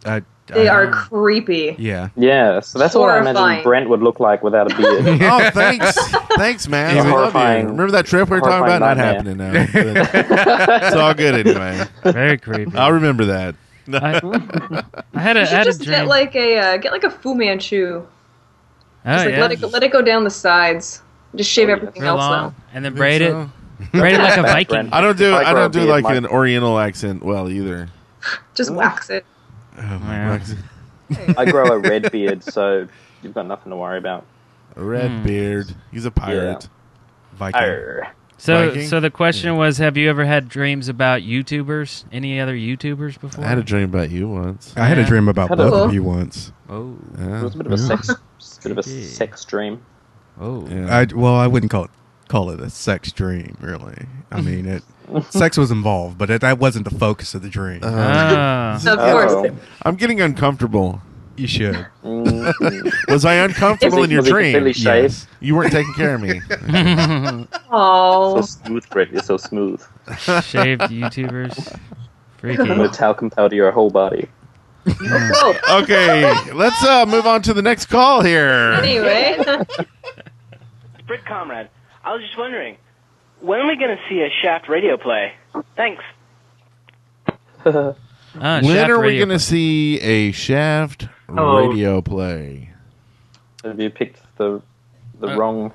Speaker 7: I,
Speaker 8: they
Speaker 7: I-
Speaker 8: are creepy.
Speaker 7: Yeah.
Speaker 6: Yeah, so that's what I
Speaker 8: Horrifying.
Speaker 6: imagine Brent would look like without a beard.
Speaker 2: oh, thanks, thanks, man. I
Speaker 6: It's
Speaker 2: love you.
Speaker 6: horrifying-
Speaker 2: Remember that trip we were talking about?
Speaker 6: horrifying
Speaker 2: Not happening now.
Speaker 6: nightmare.
Speaker 2: but it's all good anyway.
Speaker 5: Very creepy.
Speaker 2: I'll remember that.
Speaker 5: I, I had a, I
Speaker 8: You should
Speaker 5: had a
Speaker 8: just
Speaker 5: dream.
Speaker 8: get like a uh, get like a Fu Manchu.
Speaker 5: Oh,
Speaker 8: Just like
Speaker 5: yeah. Oh,
Speaker 8: let it go, let it go down the sides. Just shave everything
Speaker 5: Real
Speaker 8: else
Speaker 5: long,
Speaker 8: out.
Speaker 5: and then
Speaker 2: Think
Speaker 5: braid
Speaker 2: so?
Speaker 5: it, braid it like a Viking.
Speaker 6: Brent.
Speaker 2: I don't do.
Speaker 6: If I
Speaker 2: I
Speaker 6: grow a
Speaker 2: don't do
Speaker 6: beard,
Speaker 2: like
Speaker 6: my-
Speaker 2: an Oriental accent well either.
Speaker 8: Just wax it.
Speaker 6: Oh,
Speaker 5: Yeah.
Speaker 6: I grow a red beard, so you've got nothing to worry about.
Speaker 2: A red
Speaker 6: Hmm.
Speaker 2: beard. He's a pirate.
Speaker 7: Viking.
Speaker 6: Arr.
Speaker 5: So,
Speaker 2: Viking?
Speaker 5: so the question was, have you ever had dreams about YouTubers? Any other YouTubers before?
Speaker 2: I had a dream about you once.
Speaker 7: I had a
Speaker 5: Yeah.
Speaker 7: dream about
Speaker 6: Hello.
Speaker 7: both of you once.
Speaker 5: oh,
Speaker 6: It was a bit of a sex, it's a bit of a sex dream.
Speaker 5: oh,
Speaker 2: Yeah.
Speaker 7: I well, I wouldn't call it call it a sex dream, really. I mean, it sex was involved, but it, that wasn't the focus of the dream.
Speaker 2: Uh-huh.
Speaker 6: uh,
Speaker 2: Uh,
Speaker 5: Ah.
Speaker 8: Of
Speaker 6: Oh,
Speaker 8: course.
Speaker 2: I'm getting uncomfortable.
Speaker 7: You should.
Speaker 6: Mm.
Speaker 2: Was I uncomfortable
Speaker 6: Was
Speaker 2: in
Speaker 6: he-
Speaker 2: your
Speaker 6: was he
Speaker 2: dream?
Speaker 6: completely shaved?
Speaker 2: You weren't taking care of me.
Speaker 8: Oh,
Speaker 6: So smooth, Brent. You're so smooth.
Speaker 5: shaved YouTubers.
Speaker 6: I'm going
Speaker 5: Freaky.
Speaker 6: to talcum powder your whole body.
Speaker 8: Whoa.
Speaker 2: Okay, let's uh, move on to the next call here.
Speaker 8: Anyway,
Speaker 10: Brit Comrade, I was just wondering, when are we going to see a Shaft radio play? Thanks.
Speaker 5: Ah,
Speaker 2: When
Speaker 5: Shaft
Speaker 2: are we
Speaker 5: Radio
Speaker 2: going to see a Shaft radio play?
Speaker 6: Have you picked the the
Speaker 5: Uh.
Speaker 6: wrong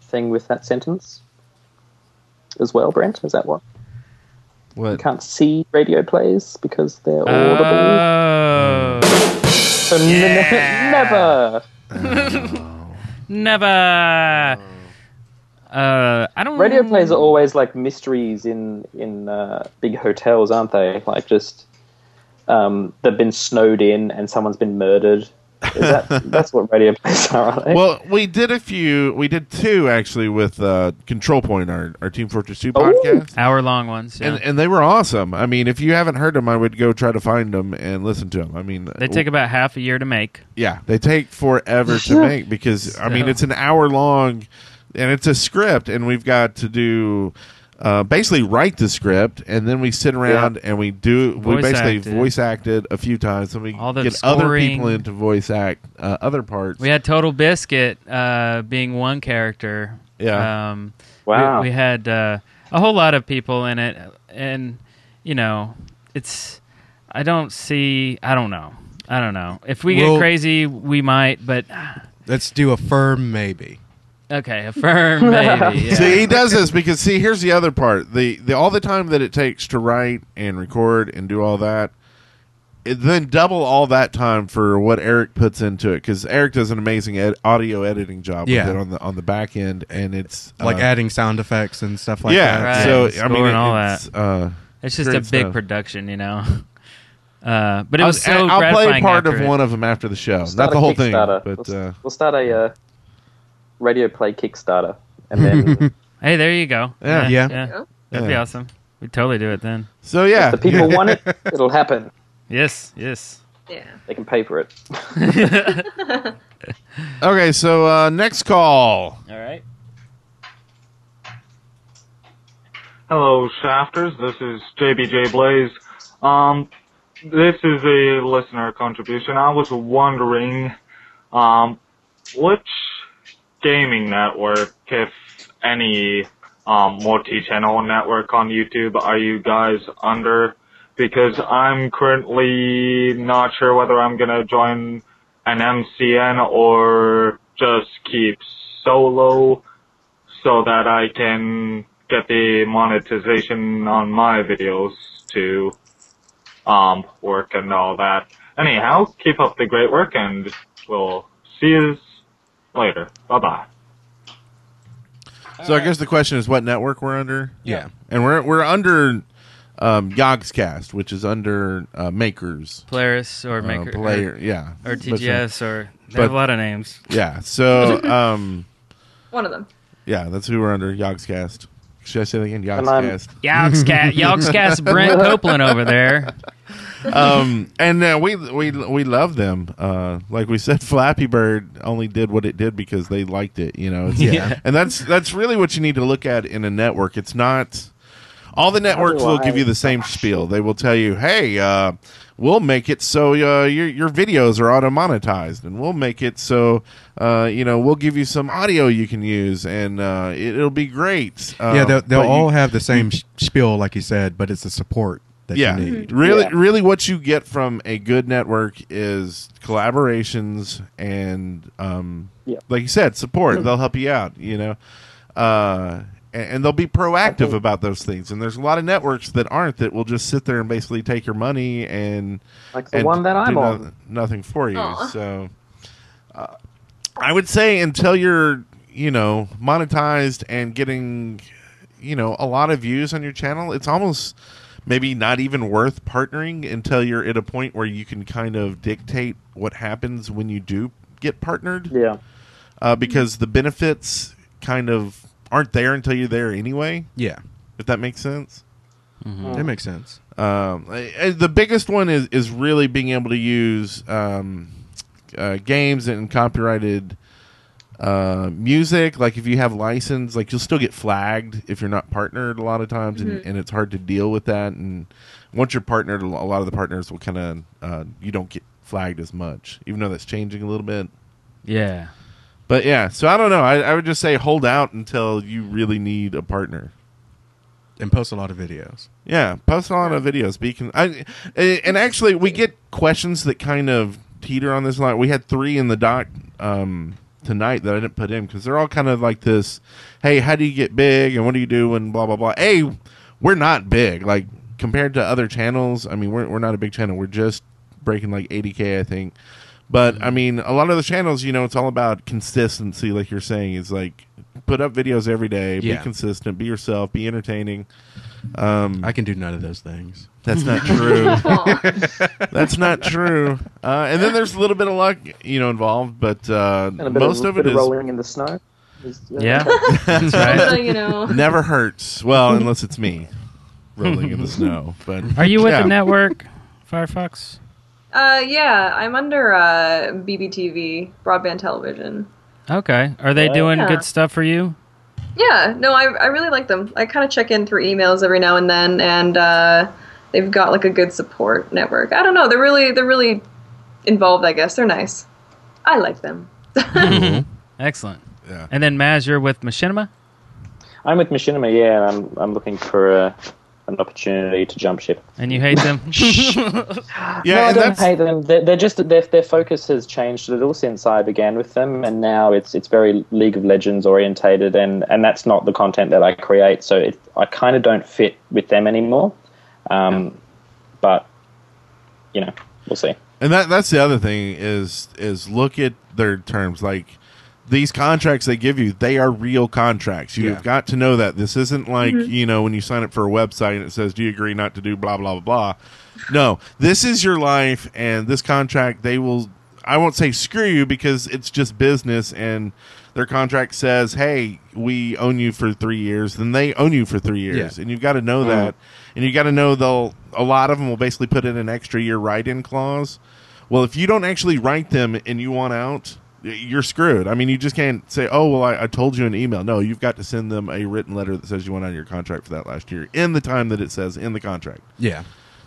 Speaker 6: thing with that sentence as well, Brent? Is that what? You
Speaker 2: What?
Speaker 6: can't see radio plays because they're
Speaker 5: Play.
Speaker 6: audible.
Speaker 5: Oh,
Speaker 6: So n- never.
Speaker 5: never. Uh, I don't.
Speaker 6: Radio plays are always like mysteries in in uh, big hotels, aren't they? Like just um, they've been snowed in and someone's been murdered. Is that, that's what radio plays are, aren't they?
Speaker 2: Well, we did a few. We did two actually with uh, Control Point, our, our Team Fortress Two podcast,
Speaker 5: hour long ones. Yeah.
Speaker 2: and and they were awesome. I mean, if you haven't heard them, I would go try to find them and listen to them. I mean,
Speaker 5: they take about half a year to make.
Speaker 2: Yeah, they take forever to make because I mean
Speaker 5: So-
Speaker 2: it's an hour long, and it's a script, and we've got to do uh, basically write the script, and then we sit around and we do. we
Speaker 5: Voice
Speaker 2: basically
Speaker 5: acted.
Speaker 2: voice acted a few times, and we
Speaker 5: All the
Speaker 2: get other
Speaker 5: scoring.
Speaker 2: people in to voice act uh, other parts.
Speaker 5: We had Total Biscuit uh, being one character.
Speaker 2: Yeah.
Speaker 5: Um,
Speaker 2: Wow.
Speaker 5: We, we had uh, a whole lot of people in it, and you know, it's. I don't see. I don't know. I don't know. If we
Speaker 7: Well-
Speaker 5: get crazy, we might. But
Speaker 7: Let's do a firm maybe.
Speaker 5: okay, affirm maybe. yeah.
Speaker 2: See, he does this because see, here's the other part: the the all the time that it takes to write and record and do all that, it, then double all that time for what Eric puts into it because Eric does an amazing ed- audio editing job
Speaker 7: Yeah.
Speaker 2: with it on the on the back end, and it's
Speaker 7: Like
Speaker 2: uh,
Speaker 7: adding sound effects and stuff like
Speaker 2: yeah,
Speaker 7: that.
Speaker 2: so
Speaker 5: Right.
Speaker 2: I mean,
Speaker 5: Scoring all
Speaker 2: it's,
Speaker 5: that.
Speaker 2: Uh,
Speaker 5: it's just a
Speaker 2: great
Speaker 5: big
Speaker 2: stuff.
Speaker 5: production, you know. Uh, but it
Speaker 2: I'll-
Speaker 5: was so
Speaker 2: I'll play
Speaker 5: gratifying
Speaker 2: part of
Speaker 5: after it.
Speaker 2: one of them after the show,
Speaker 6: Start
Speaker 2: not the
Speaker 6: a
Speaker 2: whole thing,
Speaker 6: Kickstarter.
Speaker 2: but
Speaker 6: we'll,
Speaker 2: uh,
Speaker 6: we'll start a uh, radio play Kickstarter, and then
Speaker 5: Hey, there you go.
Speaker 2: Yeah.
Speaker 5: yeah,
Speaker 2: Yeah.
Speaker 5: that'd be
Speaker 2: Yeah.
Speaker 5: awesome. We'd totally do it then.
Speaker 2: so yeah,
Speaker 6: if the people want it, it'll happen.
Speaker 5: Yes, yes.
Speaker 6: They can pay for it.
Speaker 2: okay, so uh, next call.
Speaker 5: All right.
Speaker 13: Hello, Shafters. This is JBJ Blaze. Um, this is a listener contribution. I was wondering, um, which gaming network, if any, um, multi-channel network on YouTube are you guys under? Because I'm currently not sure whether I'm gonna join an MCN or just keep solo so that I can get the monetization on my videos to um, work and all that. Anyhow, keep up the great work and we'll see you later. Bye bye.
Speaker 2: So I guess the question is what network we're under.
Speaker 13: Yeah.
Speaker 2: and we're we're under um, Yogscast, which is under uh, Makers,
Speaker 5: Polaris or
Speaker 2: Uh,
Speaker 5: Maker,
Speaker 2: Player,
Speaker 5: or,
Speaker 2: yeah,
Speaker 5: or
Speaker 2: But, uh,
Speaker 5: TGS, or they
Speaker 2: but-
Speaker 5: have a lot of names.
Speaker 2: Yeah, so um,
Speaker 8: One of them.
Speaker 2: yeah, that's who we're under Yogscast. Should I say that again?
Speaker 5: And I'm-
Speaker 2: Yogscast.
Speaker 5: Yogscast- Yogscast Brent Copeland over there.
Speaker 2: um, and uh, we we we love them. Uh, like we said, Flappy Bird only did what it did because they liked it. You know, It's-
Speaker 14: Yeah.
Speaker 2: And that's that's really what you need to look at in a network. It's not all the networks will give you the same spiel. They will tell you, "Hey, uh, we'll make it so uh, your your videos are auto monetized, and we'll make it so uh, you know we'll give you some audio you can use, and uh, it, will be great." Uh,
Speaker 7: yeah, they'll, they'll
Speaker 2: but you-
Speaker 7: all have the same sh- spiel, like you said, but it's the support that
Speaker 2: yeah.
Speaker 7: you
Speaker 6: Mm-hmm.
Speaker 7: need.
Speaker 2: Really, really, what you get from a good network is collaborations and, um, like you said, support. They'll help you out, you know, uh, and, and they'll be proactive about those things. And there's a lot of networks that aren't that will just sit there and basically take your money and
Speaker 6: Like the
Speaker 2: and
Speaker 6: one that
Speaker 2: do
Speaker 6: I'm
Speaker 2: no-
Speaker 6: on.
Speaker 2: nothing for you.
Speaker 6: Aw.
Speaker 2: So, uh, I would say until you're, you know, monetized and getting, you know, a lot of views on your channel, it's almost maybe not even worth partnering until you're at a point where you can kind of dictate what happens when you do get partnered.
Speaker 6: Yeah.
Speaker 2: Uh, because the benefits kind of aren't there until you're there anyway.
Speaker 7: Yeah.
Speaker 2: If that makes sense.
Speaker 6: Mm-hmm.
Speaker 7: That makes sense.
Speaker 2: Um, I- I- the biggest one is is really being able to use um, uh, games and copyrighted uh, music. Like if you have license, like you'll still get flagged if you're not partnered a lot of times, and,
Speaker 14: Mhm.
Speaker 2: and it's hard to deal with that. And once you're partnered, a lo- a lot of the partners will kind of uh, you don't get flagged as much, even though that's changing a little bit.
Speaker 5: Yeah.
Speaker 2: But yeah, so I don't know. I, I would just say hold out until you really need a partner.
Speaker 7: And post a lot of videos.
Speaker 2: Yeah, post a lot of videos. Be con- I, eh, and actually, we get questions that kind of teeter on this line. We had three in the doc um, tonight that I didn't put in because they're all kind of like this. Hey, how do you get big? And what do you do? And blah blah blah. Hey, we're not big. Like compared to other channels, I mean, we're we're not a big channel. We're just breaking like 80k, I think. But I mean, a lot of the channels, you know, it's all about consistency. Like you're saying, is like put up videos every day.
Speaker 7: Yeah.
Speaker 2: Be consistent. Be yourself. Be entertaining. Um,
Speaker 7: I can do none of those things.
Speaker 2: That's not true. That's not true. Uh, and then there's a little bit of luck, you know, involved, but uh,
Speaker 6: And a bit
Speaker 2: most of,
Speaker 6: bit
Speaker 2: it is
Speaker 6: rolling in the snow. Is-
Speaker 2: that's
Speaker 6: But,
Speaker 2: right.
Speaker 6: you know.
Speaker 2: Never hurts. Well, unless it's me rolling in the snow. But
Speaker 5: Are you with
Speaker 2: yeah.
Speaker 5: the network, Firefox?
Speaker 8: Uh, yeah, I'm under uh, BBTV, broadband television.
Speaker 5: Okay. Are they
Speaker 8: Yeah.
Speaker 5: doing
Speaker 8: Yeah.
Speaker 5: good stuff for you?
Speaker 8: Yeah, no, I, I really like them. I kind of check in through emails every now and then, and uh, they've got like a good support network. I don't know, they're really they're really involved. I guess they're nice. I like them.
Speaker 5: Excellent. And then Maz, you're with Machinima.
Speaker 6: I'm with Machinima, yeah, and I'm I'm looking for uh, an opportunity to jump ship.
Speaker 5: And you hate them.
Speaker 6: no, I don't hate them. They're, they're just their their focus has changed a little since I began with them, and now it's it's very League of Legends orientated, and and that's not the content that I create. So it, I kind of don't fit with them anymore. Um, But you know, we'll see.
Speaker 2: And that that's the other thing is is look at their terms like these contracts they give you they are real contracts you've
Speaker 14: Yeah.
Speaker 2: got to know that this isn't like
Speaker 14: Mhm.
Speaker 2: you know when you sign up for a website and it says do you agree not to do blah blah blah blah no this is your life and this contract they will i won't say screw you because it's just business and their contract says hey we own you for three years then they own you for three years
Speaker 14: Yeah.
Speaker 2: and you've got to know
Speaker 14: Mhm.
Speaker 2: that and you got to know they'll a lot of them will basically put in an extra year write-in clause. Well, if you don't actually write them and you want out, y- you're screwed. I mean, you just can't say, "Oh, well, I, I told you an email." No, you've got to send them a written letter that says you went out of your contract for that last year in the time that it says in the contract.
Speaker 7: Yeah.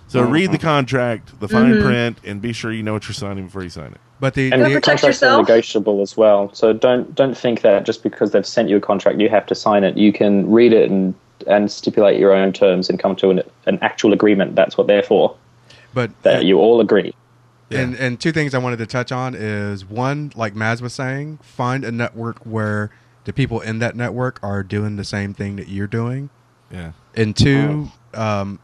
Speaker 2: So read the contract, the fine
Speaker 6: Mhm.
Speaker 2: print, and be sure you know what you're signing before you sign it.
Speaker 7: But the
Speaker 6: and contracts are negotiable as well. So don't don't think that just because they've sent you a contract, you have to sign it. You can read it and and stipulate your own terms and come to an, an actual agreement. That's what they're for.
Speaker 7: But
Speaker 6: that you all agree.
Speaker 7: And and two things I wanted to touch on is one, like Maz was saying, find a network where the people in that network are doing the same thing that you're doing.
Speaker 2: Yeah.
Speaker 7: And two, um,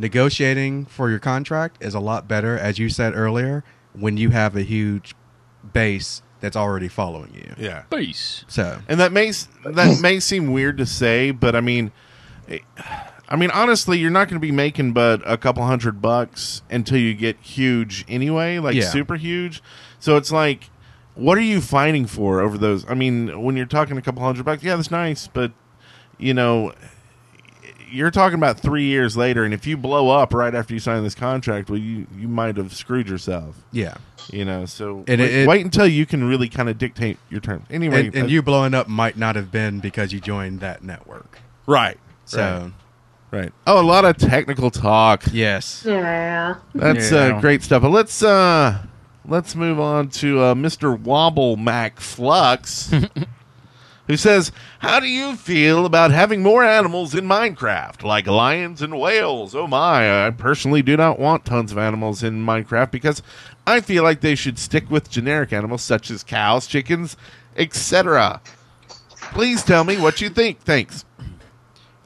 Speaker 7: negotiating for your contract is a lot better, as you said earlier, when you have a huge base that's already following you.
Speaker 2: Yeah.
Speaker 5: Base.
Speaker 7: So
Speaker 2: and that may s- that may seem weird to say, but I mean, it- I mean honestly, you're not going to be making but a couple hundred bucks until you get huge anyway, like
Speaker 14: Yeah.
Speaker 2: super huge. So it's like, what are you fighting for over those? I mean, when you're talking a couple hundred bucks, yeah, that's nice, but you know. You're talking about three years later, and if you blow up right after you sign this contract, well, you, you might have screwed yourself.
Speaker 7: Yeah.
Speaker 2: you know. So wait,
Speaker 7: And it- it-
Speaker 2: wait until you can really kind of dictate your terms. Anyway,
Speaker 7: and, and you blowing up might not have been because you joined that network.
Speaker 2: Right.
Speaker 7: So
Speaker 2: right. right. Oh, a lot of technical talk.
Speaker 7: Yes.
Speaker 8: Yeah.
Speaker 2: That's uh, great stuff. But let's uh let's move on to uh, Mr. Wobble Mac Flux who says, "How do you feel about having more animals in Minecraft like lions and whales?" Oh my, I personally do not want tons of animals in Minecraft because I feel like they should stick with generic animals such as cows, chickens, etc. Please tell me what you think. Thanks.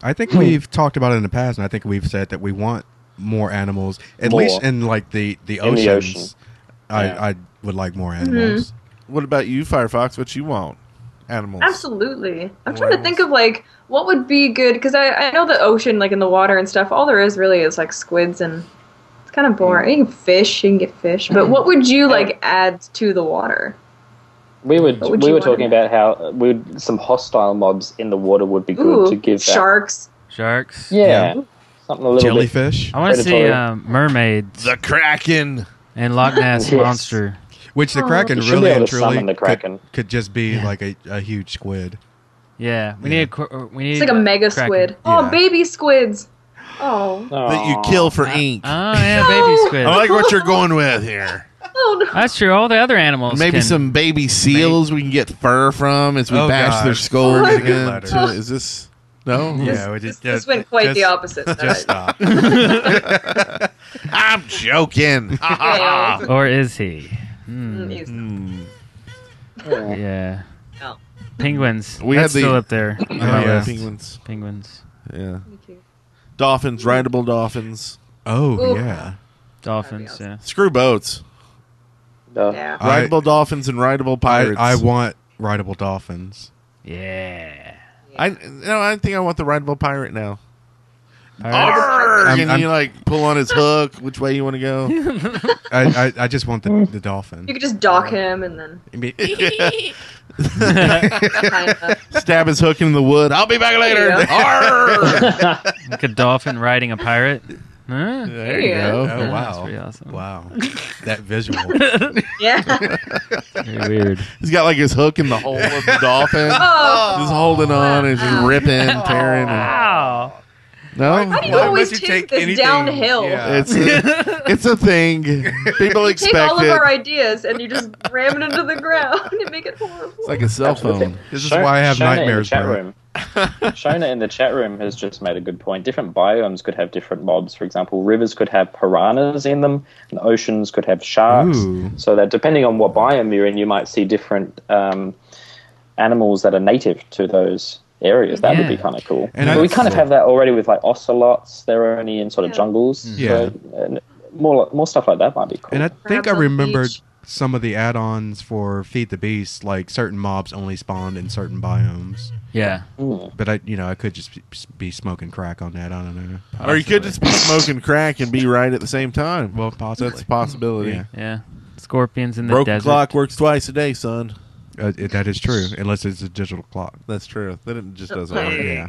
Speaker 7: I think we've talked about it in the past, and I think we've said that we want more animals, at
Speaker 2: More.
Speaker 7: least in like the the
Speaker 2: In
Speaker 7: oceans.
Speaker 2: the ocean.
Speaker 7: I,
Speaker 2: Yeah.
Speaker 7: I would like more
Speaker 8: Mm-hmm.
Speaker 7: animals.
Speaker 2: What about you, Firefox? What you want? Animals.
Speaker 8: Absolutely. I'm trying to think of like what would be good because I, I know the ocean, like in the water and stuff. All there is really is like squids and it's kind of boring. You can fish, you can get fish, but what would you like add to the water?
Speaker 6: We were
Speaker 8: What would
Speaker 6: we
Speaker 8: you
Speaker 6: were
Speaker 8: want
Speaker 6: talking about how uh, we would, some hostile mobs in the water would be good
Speaker 8: Ooh,
Speaker 6: to give that-
Speaker 8: sharks.
Speaker 5: Sharks.
Speaker 6: Yeah. Something a little
Speaker 7: Jellyfish.
Speaker 6: Bit
Speaker 5: I want to see
Speaker 6: predatory.
Speaker 5: um, mermaids.
Speaker 2: The Kraken.
Speaker 5: And Loch Ness
Speaker 7: Yes.
Speaker 5: monster.
Speaker 7: Which the Kraken
Speaker 6: You should be
Speaker 7: really
Speaker 6: able
Speaker 7: and
Speaker 6: to
Speaker 7: truly
Speaker 6: summon the
Speaker 7: could-
Speaker 6: Kraken.
Speaker 7: Could, just be like a, a huge squid.
Speaker 5: Yeah, we need a qu- uh, we need
Speaker 8: It's like a mega
Speaker 5: Kraken.
Speaker 8: squid. Oh, baby squids. Oh.
Speaker 2: That you kill for ink.
Speaker 5: Oh yeah, baby squid.
Speaker 2: I like what you're going with here.
Speaker 8: Oh,
Speaker 5: That's true. All the other animals.
Speaker 2: Maybe
Speaker 5: can-
Speaker 2: some baby seals we can get fur from as we
Speaker 5: Oh,
Speaker 2: bash
Speaker 5: gosh.
Speaker 2: their skulls.
Speaker 5: That's a good
Speaker 2: in.
Speaker 5: letter.
Speaker 2: So is this no?
Speaker 7: Yeah, This- we just-
Speaker 8: This went quite the opposite.
Speaker 7: just
Speaker 2: uh,
Speaker 8: All
Speaker 7: stop.
Speaker 2: I'm joking.
Speaker 5: or is he? Hmm.
Speaker 8: Mm,
Speaker 2: mm-hmm.
Speaker 8: he's not.
Speaker 5: Yeah.
Speaker 8: No.
Speaker 5: Penguins.
Speaker 2: We
Speaker 5: We
Speaker 2: had
Speaker 5: That's
Speaker 2: the-
Speaker 5: still up there.
Speaker 2: Oh,
Speaker 5: on
Speaker 2: yeah.
Speaker 5: my list.
Speaker 2: Penguins.
Speaker 5: Penguins.
Speaker 2: Yeah. Dolphins, rideable dolphins.
Speaker 7: Oh yeah.
Speaker 5: Dolphins. Yeah.
Speaker 2: Screw boats.
Speaker 8: Yeah.
Speaker 2: Rideable dolphins and rideable
Speaker 7: I,
Speaker 2: pirates.
Speaker 7: I want rideable dolphins.
Speaker 5: Yeah.
Speaker 2: I no, I think I want the rideable pirate now.
Speaker 5: Pirate.
Speaker 2: Arrgh!
Speaker 7: I'm-
Speaker 2: and
Speaker 7: I'm-
Speaker 2: you like pull on his hook. Which way you want to go?
Speaker 7: I, I, I just want the, the dolphin.
Speaker 8: You could just dock him and then.
Speaker 7: I mean-
Speaker 2: Stab his hook in the wood. I'll be back later.
Speaker 8: Yeah.
Speaker 2: Arrgh!
Speaker 5: like a dolphin riding a pirate. Huh?
Speaker 7: There you
Speaker 5: Yeah.
Speaker 7: go.
Speaker 5: Yeah,
Speaker 7: Oh, wow.
Speaker 5: that's pretty awesome.
Speaker 7: Wow. That visual.
Speaker 8: Yeah.
Speaker 5: weird.
Speaker 2: He's got like his hook in the hole of the dolphin.
Speaker 8: Oh.
Speaker 2: Just holding on and just ripping, tearing. And,
Speaker 5: Wow.
Speaker 2: no?
Speaker 8: How do you always take, this downhill?
Speaker 2: It's a, it's a thing. People
Speaker 8: You
Speaker 2: expect
Speaker 8: take all of
Speaker 2: it.
Speaker 8: our ideas and you just ram it into the ground and make it horrible.
Speaker 2: It's like a cell phone.
Speaker 7: This is
Speaker 6: Shona-
Speaker 7: why I have
Speaker 6: Shona in the
Speaker 7: nightmares,
Speaker 6: chat
Speaker 7: bro.
Speaker 6: room. Shona in the chat room has just made a good point. Different biomes could have different mobs. For example, rivers could have piranhas in them, and oceans could have sharks.
Speaker 7: Ooh.
Speaker 6: So that depending on what biome you're in, you might see different um, animals that are native to those areas. That would be
Speaker 7: Yeah.
Speaker 6: kind of cool.
Speaker 7: And
Speaker 6: but
Speaker 7: I-
Speaker 6: we kind of have that already with like ocelots. They're only in sort of jungles.
Speaker 7: Yeah.
Speaker 6: So, and more more stuff like that might be cool.
Speaker 7: And I think I remembered some of the add-ons for Feed the Beast, like certain mobs only spawned in certain biomes.
Speaker 5: Yeah.
Speaker 6: Hmm.
Speaker 7: But I, you know, I could just be- be smoking crack on that. I don't know.
Speaker 2: Or you could just be smoking crack and be right at the same time.
Speaker 7: Well, possibly.
Speaker 2: That's a possibility.
Speaker 7: Yeah.
Speaker 5: Yeah. Scorpions in the
Speaker 2: Broken
Speaker 5: desert.
Speaker 2: clock works twice a day, son.
Speaker 7: Uh, it- that is true, unless it's a digital clock.
Speaker 2: That's true. Then it just doesn't work.
Speaker 7: Yeah.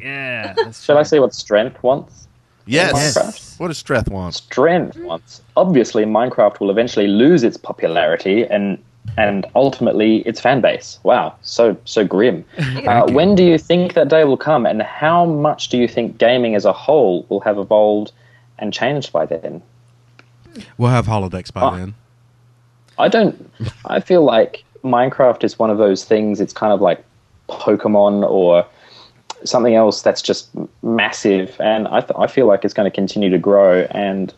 Speaker 5: Yeah.
Speaker 6: Shall I see what strength wants?
Speaker 2: Yes.
Speaker 6: Minecraft?
Speaker 2: What does Streth want?
Speaker 6: Strength wants. Obviously, Minecraft will eventually lose its popularity and and ultimately its fan base. Wow, so so grim. Uh, when do you think that day will come, and how much do you think gaming as a whole will have evolved and changed by then?
Speaker 7: We'll have holodecks by
Speaker 6: Ah.
Speaker 7: then.
Speaker 6: I don't. I feel like Minecraft is one of those things. It's kind of like Pokemon or something else that's just massive, and I, th- I feel like it's going to continue to grow. And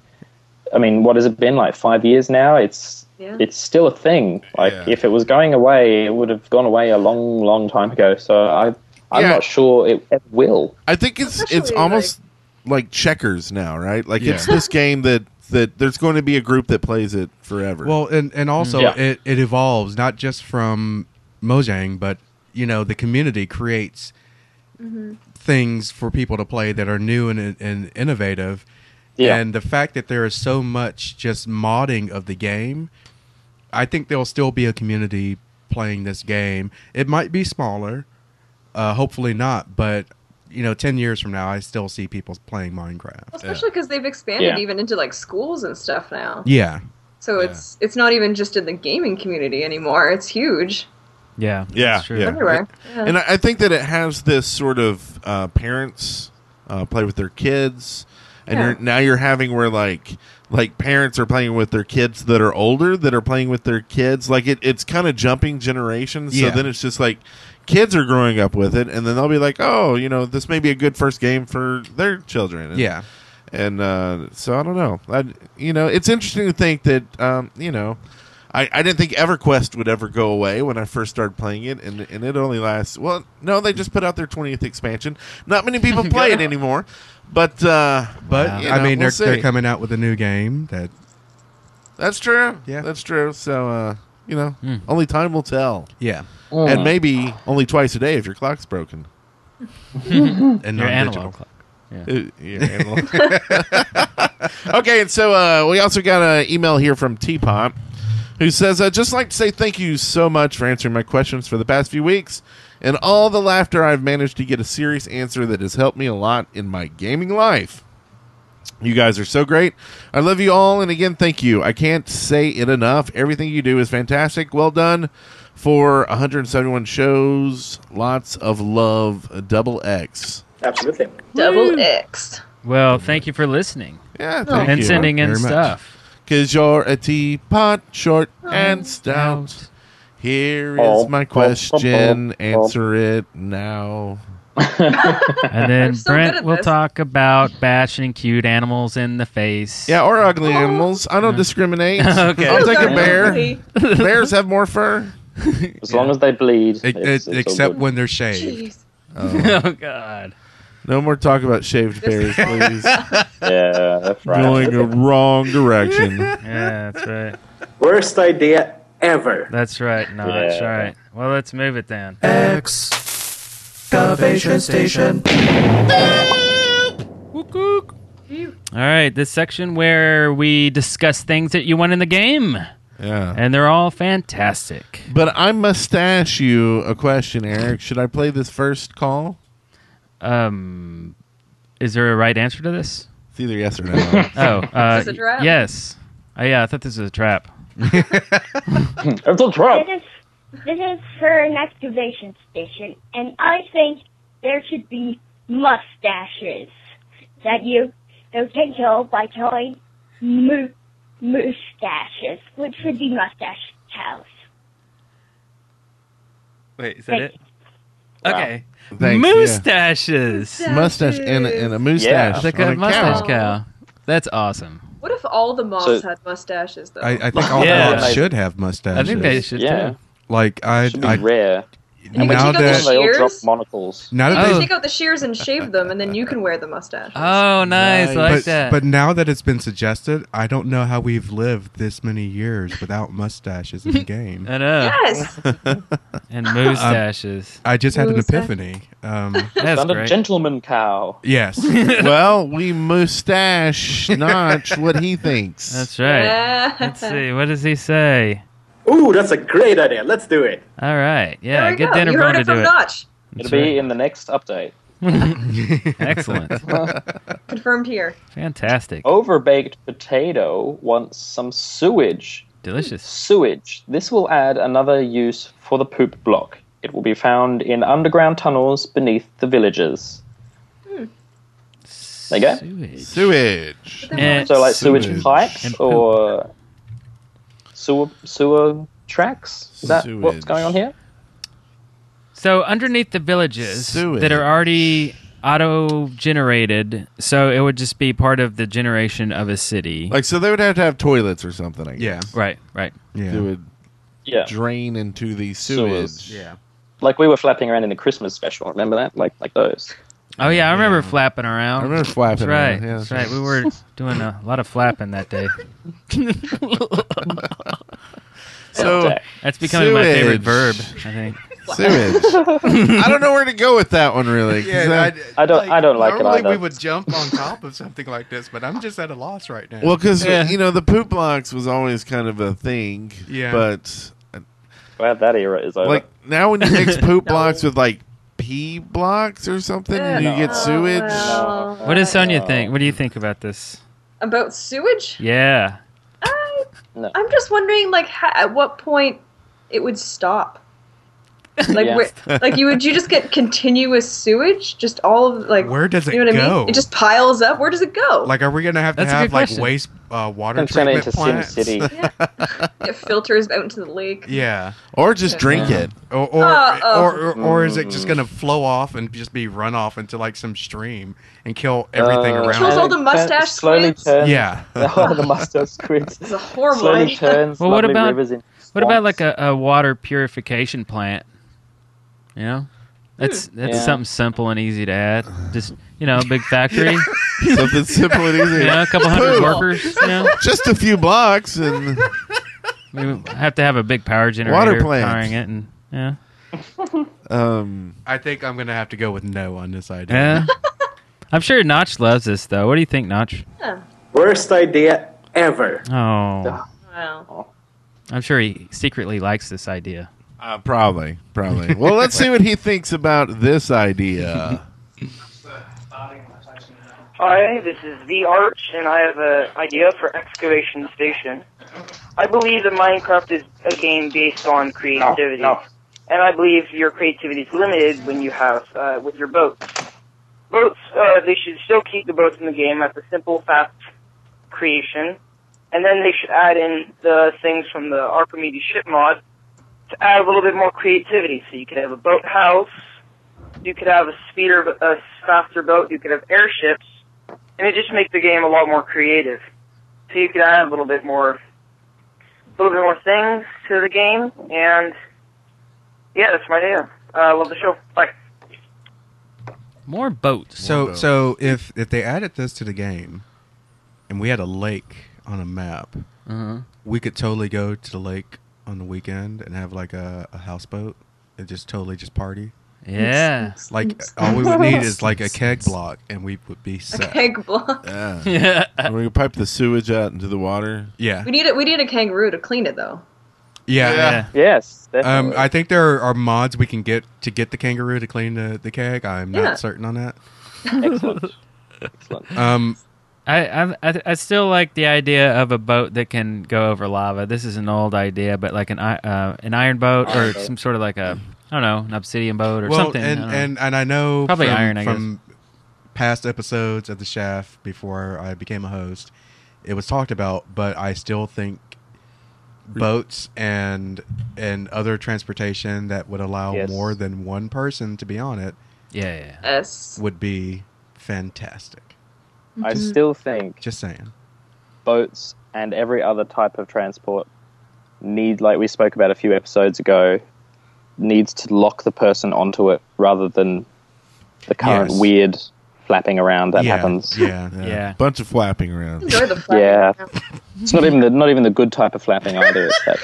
Speaker 6: I mean, what has it been like five years now? It's
Speaker 8: Yeah.
Speaker 6: it's still a thing. Like if it was going away, it would have gone away a long, long time ago. So I I'm
Speaker 2: Yeah.
Speaker 6: not sure it, it will.
Speaker 2: I think it's it's almost like, checkers now, right? Like it's
Speaker 7: Yeah.
Speaker 2: this game that that there's going to be a group that plays it forever.
Speaker 7: Well, and and also
Speaker 2: Yeah.
Speaker 7: it, it evolves not just from Mojang, but you know the community creates things for people to play that are new and and innovative.
Speaker 6: Yeah.
Speaker 7: And the fact that there is so much just modding of the game, I think there'll still be a community playing this game. It might be smaller, uh, hopefully not, but you know, ten years from now, I still see people playing Minecraft.
Speaker 8: Especially because they've expanded
Speaker 7: Yeah.
Speaker 8: even into like schools and stuff now.
Speaker 7: yeah.
Speaker 8: So it's it's not even just in the gaming community anymore. It's huge.
Speaker 5: Yeah.
Speaker 2: Yeah, yeah.
Speaker 8: Everywhere.
Speaker 2: It-
Speaker 8: Yeah.
Speaker 2: And I, I think that it has this sort of uh, parents uh, play with their kids, and
Speaker 8: Yeah.
Speaker 2: you're, now you're having where like like parents are playing with their kids that are older that are playing with their kids. Like it, it's kind of jumping generations.
Speaker 7: Yeah.
Speaker 2: So then it's just like kids are growing up with it, and then they'll be like, oh, you know, this may be a good first game for their children. And-
Speaker 7: Yeah.
Speaker 2: And uh, so I don't know. I, you know, it's interesting to think that um, you know, I, I didn't think EverQuest would ever go away when I first started playing it, and and it only lasts. Well, no, they just put out their twentieth expansion. Not many people play it anymore, but uh,
Speaker 7: But
Speaker 2: you
Speaker 7: I
Speaker 2: know,
Speaker 7: mean,
Speaker 2: we'll
Speaker 7: they're they're
Speaker 2: see.
Speaker 7: coming out with a new game that
Speaker 2: That's true. Yeah, that's true. So uh, you know,
Speaker 7: Hmm.
Speaker 2: only time will tell.
Speaker 7: Yeah.
Speaker 2: and maybe only twice a day if your clock's broken.
Speaker 7: and
Speaker 2: Your
Speaker 7: not
Speaker 2: analog
Speaker 7: digital.
Speaker 5: clock.
Speaker 2: Uh, yeah, animal. okay, and so uh, we also got an email here from Teapot who says, I'd just like to say thank you so much for answering my questions for the past few weeks and all the laughter I've managed to get a serious answer that has helped me a lot in my gaming life. You guys are so great. I love you all. And again, thank you. I can't say it enough. Everything you do is fantastic. Well done for 171 shows. Lots of love. Double X.
Speaker 6: Absolutely.
Speaker 8: Double X.
Speaker 5: Well, thank you for listening.
Speaker 2: Yeah,
Speaker 8: thank
Speaker 5: Oh. and
Speaker 2: you.
Speaker 5: sending in
Speaker 2: Very much.
Speaker 5: stuff.
Speaker 2: Cause you're a teapot, short and stout. Here is my question. Answer it now.
Speaker 5: And then
Speaker 2: I'm so good
Speaker 5: Brent
Speaker 2: at
Speaker 5: will
Speaker 2: this.
Speaker 5: talk about bashing cute animals in the face.
Speaker 2: Yeah, or ugly animals. I don't discriminate.
Speaker 5: Okay.
Speaker 2: I'll take a
Speaker 5: Okay.
Speaker 2: bear. Bears have more fur.
Speaker 6: As long as they bleed,
Speaker 7: E- e-
Speaker 6: it's- it's all
Speaker 7: except
Speaker 6: good.
Speaker 7: when they're shaved.
Speaker 2: Oh.
Speaker 5: oh God.
Speaker 2: No more talk about shaved bears, please.
Speaker 6: yeah, that's right.
Speaker 2: Going the wrong direction.
Speaker 5: Yeah, that's right.
Speaker 15: Worst idea ever.
Speaker 5: That's right. No, that's right. Well, let's move it then.
Speaker 15: Excavation station.
Speaker 5: All right, this section where we discuss things that you want in the game.
Speaker 2: Yeah.
Speaker 5: And they're all fantastic.
Speaker 2: But I must ask you a question, Eric. Should I play this first call?
Speaker 5: Um, is there a right answer to this?
Speaker 2: It's either yes or no.
Speaker 5: Oh, uh,
Speaker 16: Is it a trap?
Speaker 5: yes. Oh, yeah, I thought this was a trap.
Speaker 6: it's a
Speaker 17: This is, this is for an activation station, and I think there should be mustaches that you you can kill by killing moo mustaches, which would be mustache cows.
Speaker 5: Wait, is that
Speaker 17: Thank
Speaker 5: it? Okay.
Speaker 2: Thanks, yeah.
Speaker 5: Mustaches.
Speaker 2: Mustache and a, and a mustache.
Speaker 5: Like
Speaker 2: on
Speaker 5: a
Speaker 2: a
Speaker 5: mustache
Speaker 2: cow.
Speaker 5: cow. That's awesome.
Speaker 8: What if all the moths
Speaker 2: So-
Speaker 8: had mustaches though?
Speaker 7: I, I think all
Speaker 5: Yeah.
Speaker 7: dogs
Speaker 5: Like-
Speaker 7: should have mustaches.
Speaker 5: I think they should, Yeah. too.
Speaker 7: Like I, should
Speaker 6: be
Speaker 7: I
Speaker 6: rare.
Speaker 8: You can
Speaker 7: Now
Speaker 8: take out the
Speaker 7: that
Speaker 6: They all drop
Speaker 8: shears.
Speaker 6: monocles.
Speaker 7: now
Speaker 8: You
Speaker 7: that
Speaker 8: can
Speaker 7: they-
Speaker 8: take out the shears and shave them, and then you can wear the mustache.
Speaker 5: Oh, nice. I like
Speaker 7: but,
Speaker 5: that.
Speaker 7: but now that it's been suggested, I don't know how we've lived this many years without mustaches in the game.
Speaker 5: I know.
Speaker 8: Yes.
Speaker 5: and
Speaker 2: Uh,
Speaker 5: mustaches.
Speaker 7: I just had an
Speaker 5: Moustache.
Speaker 7: epiphany. Um,
Speaker 5: That's
Speaker 6: Found a
Speaker 5: great.
Speaker 6: gentleman cow.
Speaker 7: yes.
Speaker 2: well, we mustache notch what he thinks.
Speaker 5: That's right.
Speaker 8: Yeah.
Speaker 5: Let's see. What does he say?
Speaker 15: Ooh, that's a great idea. Let's do it.
Speaker 5: All right. Yeah.
Speaker 8: There we
Speaker 5: Good
Speaker 8: go.
Speaker 5: dinner
Speaker 8: You
Speaker 5: bone
Speaker 8: heard
Speaker 5: to
Speaker 8: it from
Speaker 5: do it.
Speaker 8: Notch.
Speaker 5: That's
Speaker 6: It'll
Speaker 5: right.
Speaker 6: be in the next update.
Speaker 5: Excellent.
Speaker 8: Confirmed here.
Speaker 6: Oh.
Speaker 5: Fantastic.
Speaker 6: Overbaked potato wants some sewage.
Speaker 5: Delicious.
Speaker 6: Sewage. This will add another use for the poop block. It will be found in underground tunnels beneath the villages. There you go.
Speaker 2: Sewage.
Speaker 5: Eh,
Speaker 6: so, like sewage,
Speaker 5: sewage and
Speaker 6: pipes
Speaker 5: poop.
Speaker 6: or sewer sewer tracks. Is that what's going on here?
Speaker 5: So underneath the villages that are already auto generated, so it would just be part of the generation of a city.
Speaker 2: Like so, they would have to have toilets or something. I guess.
Speaker 7: Yeah.
Speaker 5: Right, right.
Speaker 2: They would
Speaker 6: Yeah.
Speaker 2: drain into the sewage.
Speaker 6: Sewers. Yeah. Like we were flapping around in the Christmas special. Remember that? Like like those.
Speaker 5: Oh yeah, I remember flapping around. I
Speaker 2: remember flapping
Speaker 5: That's right.
Speaker 2: around, yeah.
Speaker 5: That's right. We were doing a lot of flapping that day.
Speaker 2: So
Speaker 5: that's becoming my favorite verb.
Speaker 2: sewage.
Speaker 5: I think.
Speaker 2: Sewage. I don't know where to go with that one really. 'cause that-
Speaker 6: I don't. I don't like it
Speaker 7: normally
Speaker 6: either.
Speaker 7: we would jump on top of something like this, but I'm just at a loss right now.
Speaker 2: Well, because you know the poop blocks was always kind of a thing.
Speaker 7: Yeah.
Speaker 2: But uh,
Speaker 6: Glad that era is over.
Speaker 2: like now, when you mix poop blocks with like pee blocks or something,
Speaker 8: Yeah,
Speaker 2: you get
Speaker 8: no.
Speaker 2: sewage.
Speaker 8: No.
Speaker 5: What does Sonia think? What do you think about this?
Speaker 8: About sewage?
Speaker 5: Yeah.
Speaker 8: I,
Speaker 6: No.
Speaker 8: I'm just wondering, like, ha- at what point it would stop. Like,
Speaker 5: Yeah.
Speaker 8: where, like you would you just get continuous sewage? Just all of like
Speaker 7: Where does it
Speaker 8: you know what I
Speaker 7: go?
Speaker 8: mean? It just piles up. Where does it go?
Speaker 7: Like, are we gonna have to
Speaker 8: That's a
Speaker 7: have
Speaker 8: good
Speaker 7: like
Speaker 8: question.
Speaker 7: waste uh, water
Speaker 6: Can turn
Speaker 7: treatment
Speaker 6: it into Sin
Speaker 7: plants?
Speaker 6: City.
Speaker 8: it filters out into the lake.
Speaker 7: yeah,
Speaker 2: or just drink it.
Speaker 7: or or,
Speaker 8: Uh, uh.
Speaker 7: or, or, or is it just
Speaker 6: Mm.
Speaker 7: gonna flow off and just be run off into like some stream and kill everything
Speaker 6: Uh,
Speaker 7: around?
Speaker 8: Kills
Speaker 7: it?
Speaker 8: all the mustache
Speaker 6: slowly
Speaker 8: squids.
Speaker 6: turns.
Speaker 7: Yeah.
Speaker 6: all the mustache squids.
Speaker 8: It's a horrible
Speaker 6: slowly
Speaker 8: idea.
Speaker 6: turns.
Speaker 5: Well, what
Speaker 6: lovely
Speaker 5: about
Speaker 6: rivers in
Speaker 5: what about like a, a water purification plant? You know, that's
Speaker 6: Hmm.
Speaker 5: that's
Speaker 6: Yeah.
Speaker 5: something simple and easy to add. Just you know, a big factory.
Speaker 2: Something simple and easy.
Speaker 5: Yeah, a couple hundred
Speaker 2: Poop.
Speaker 5: workers. You know,
Speaker 2: Just a few blocks and
Speaker 5: we have to have a big power generator
Speaker 2: Water plant.
Speaker 5: powering it, and yeah,
Speaker 2: um.
Speaker 7: I think I'm gonna have to go with no on this idea.
Speaker 5: yeah. I'm sure Notch loves this though. What do you think, Notch?
Speaker 15: Worst idea ever.
Speaker 5: Oh,
Speaker 8: Wow.
Speaker 5: I'm sure he secretly likes this idea.
Speaker 2: Uh, probably, probably. Well, let's see what he thinks about this idea.
Speaker 18: Hi, this is The Arch, and I have an idea for Excavation Station. I believe that Minecraft is a game based on creativity. And I believe your creativity is limited when you have, uh, with your boats. Boats, uh, they should still keep the boats in the game as a simple, fast creation. And then they should add in the things from the Archimedes ship mod to add a little bit more creativity. So you could have a boathouse, you could have a speeder, a uh, faster boat, you could have airships, and it just makes the game a lot more creative. So you could add a little bit more, a little bit more things to the game, and yeah, that's my idea. Uh, love the show. Bye.
Speaker 5: More boats.
Speaker 7: So so if if they added this to the game, and we had a lake on a map,
Speaker 5: Mhm.
Speaker 7: we could totally go to the lake on the weekend and have like a, a houseboat and just totally just party.
Speaker 5: Yeah.
Speaker 7: like
Speaker 8: Mm.
Speaker 7: all we would need is like a keg block, and we would be set.
Speaker 8: Keg block.
Speaker 2: Yeah.
Speaker 5: Yeah.
Speaker 2: And we could pipe the sewage out into the water.
Speaker 7: Yeah.
Speaker 8: We need it. We need a kangaroo to clean it though.
Speaker 7: Yeah.
Speaker 5: Yeah.
Speaker 6: Yes.
Speaker 7: Um, I think there are mods we can get to get the kangaroo to clean the, the keg. I'm
Speaker 8: Yeah.
Speaker 7: not certain on that.
Speaker 6: Excellent. Excellent.
Speaker 7: Um,
Speaker 5: I, I I I still like the idea of a boat that can go over lava. This is an old idea, but like an i- uh, an iron boat or
Speaker 15: Uh-huh.
Speaker 7: Iron boat.
Speaker 5: some sort of like a I don't know an obsidian boat or
Speaker 7: well,
Speaker 5: something. I
Speaker 7: And,
Speaker 5: don't know.
Speaker 7: and and I know
Speaker 5: probably
Speaker 7: from,
Speaker 5: iron. I guess.
Speaker 7: from past episodes of the Shaft before I became a host, it was talked about, but I still think boats and and other transportation that would allow
Speaker 5: Yes.
Speaker 7: more than one person to be on it,
Speaker 5: Yeah, yeah.
Speaker 8: Yes.
Speaker 7: would be fantastic.
Speaker 6: I still think
Speaker 7: just saying
Speaker 6: boats and every other type of transport need, like we spoke about a few episodes ago, needs to lock the person onto it rather than the current
Speaker 2: Yes.
Speaker 6: weird flapping around that happens.
Speaker 2: Bunch of flapping around.
Speaker 8: Enjoy the flapping.
Speaker 6: Yeah, it's not even the not even the good type of flapping either. It's that.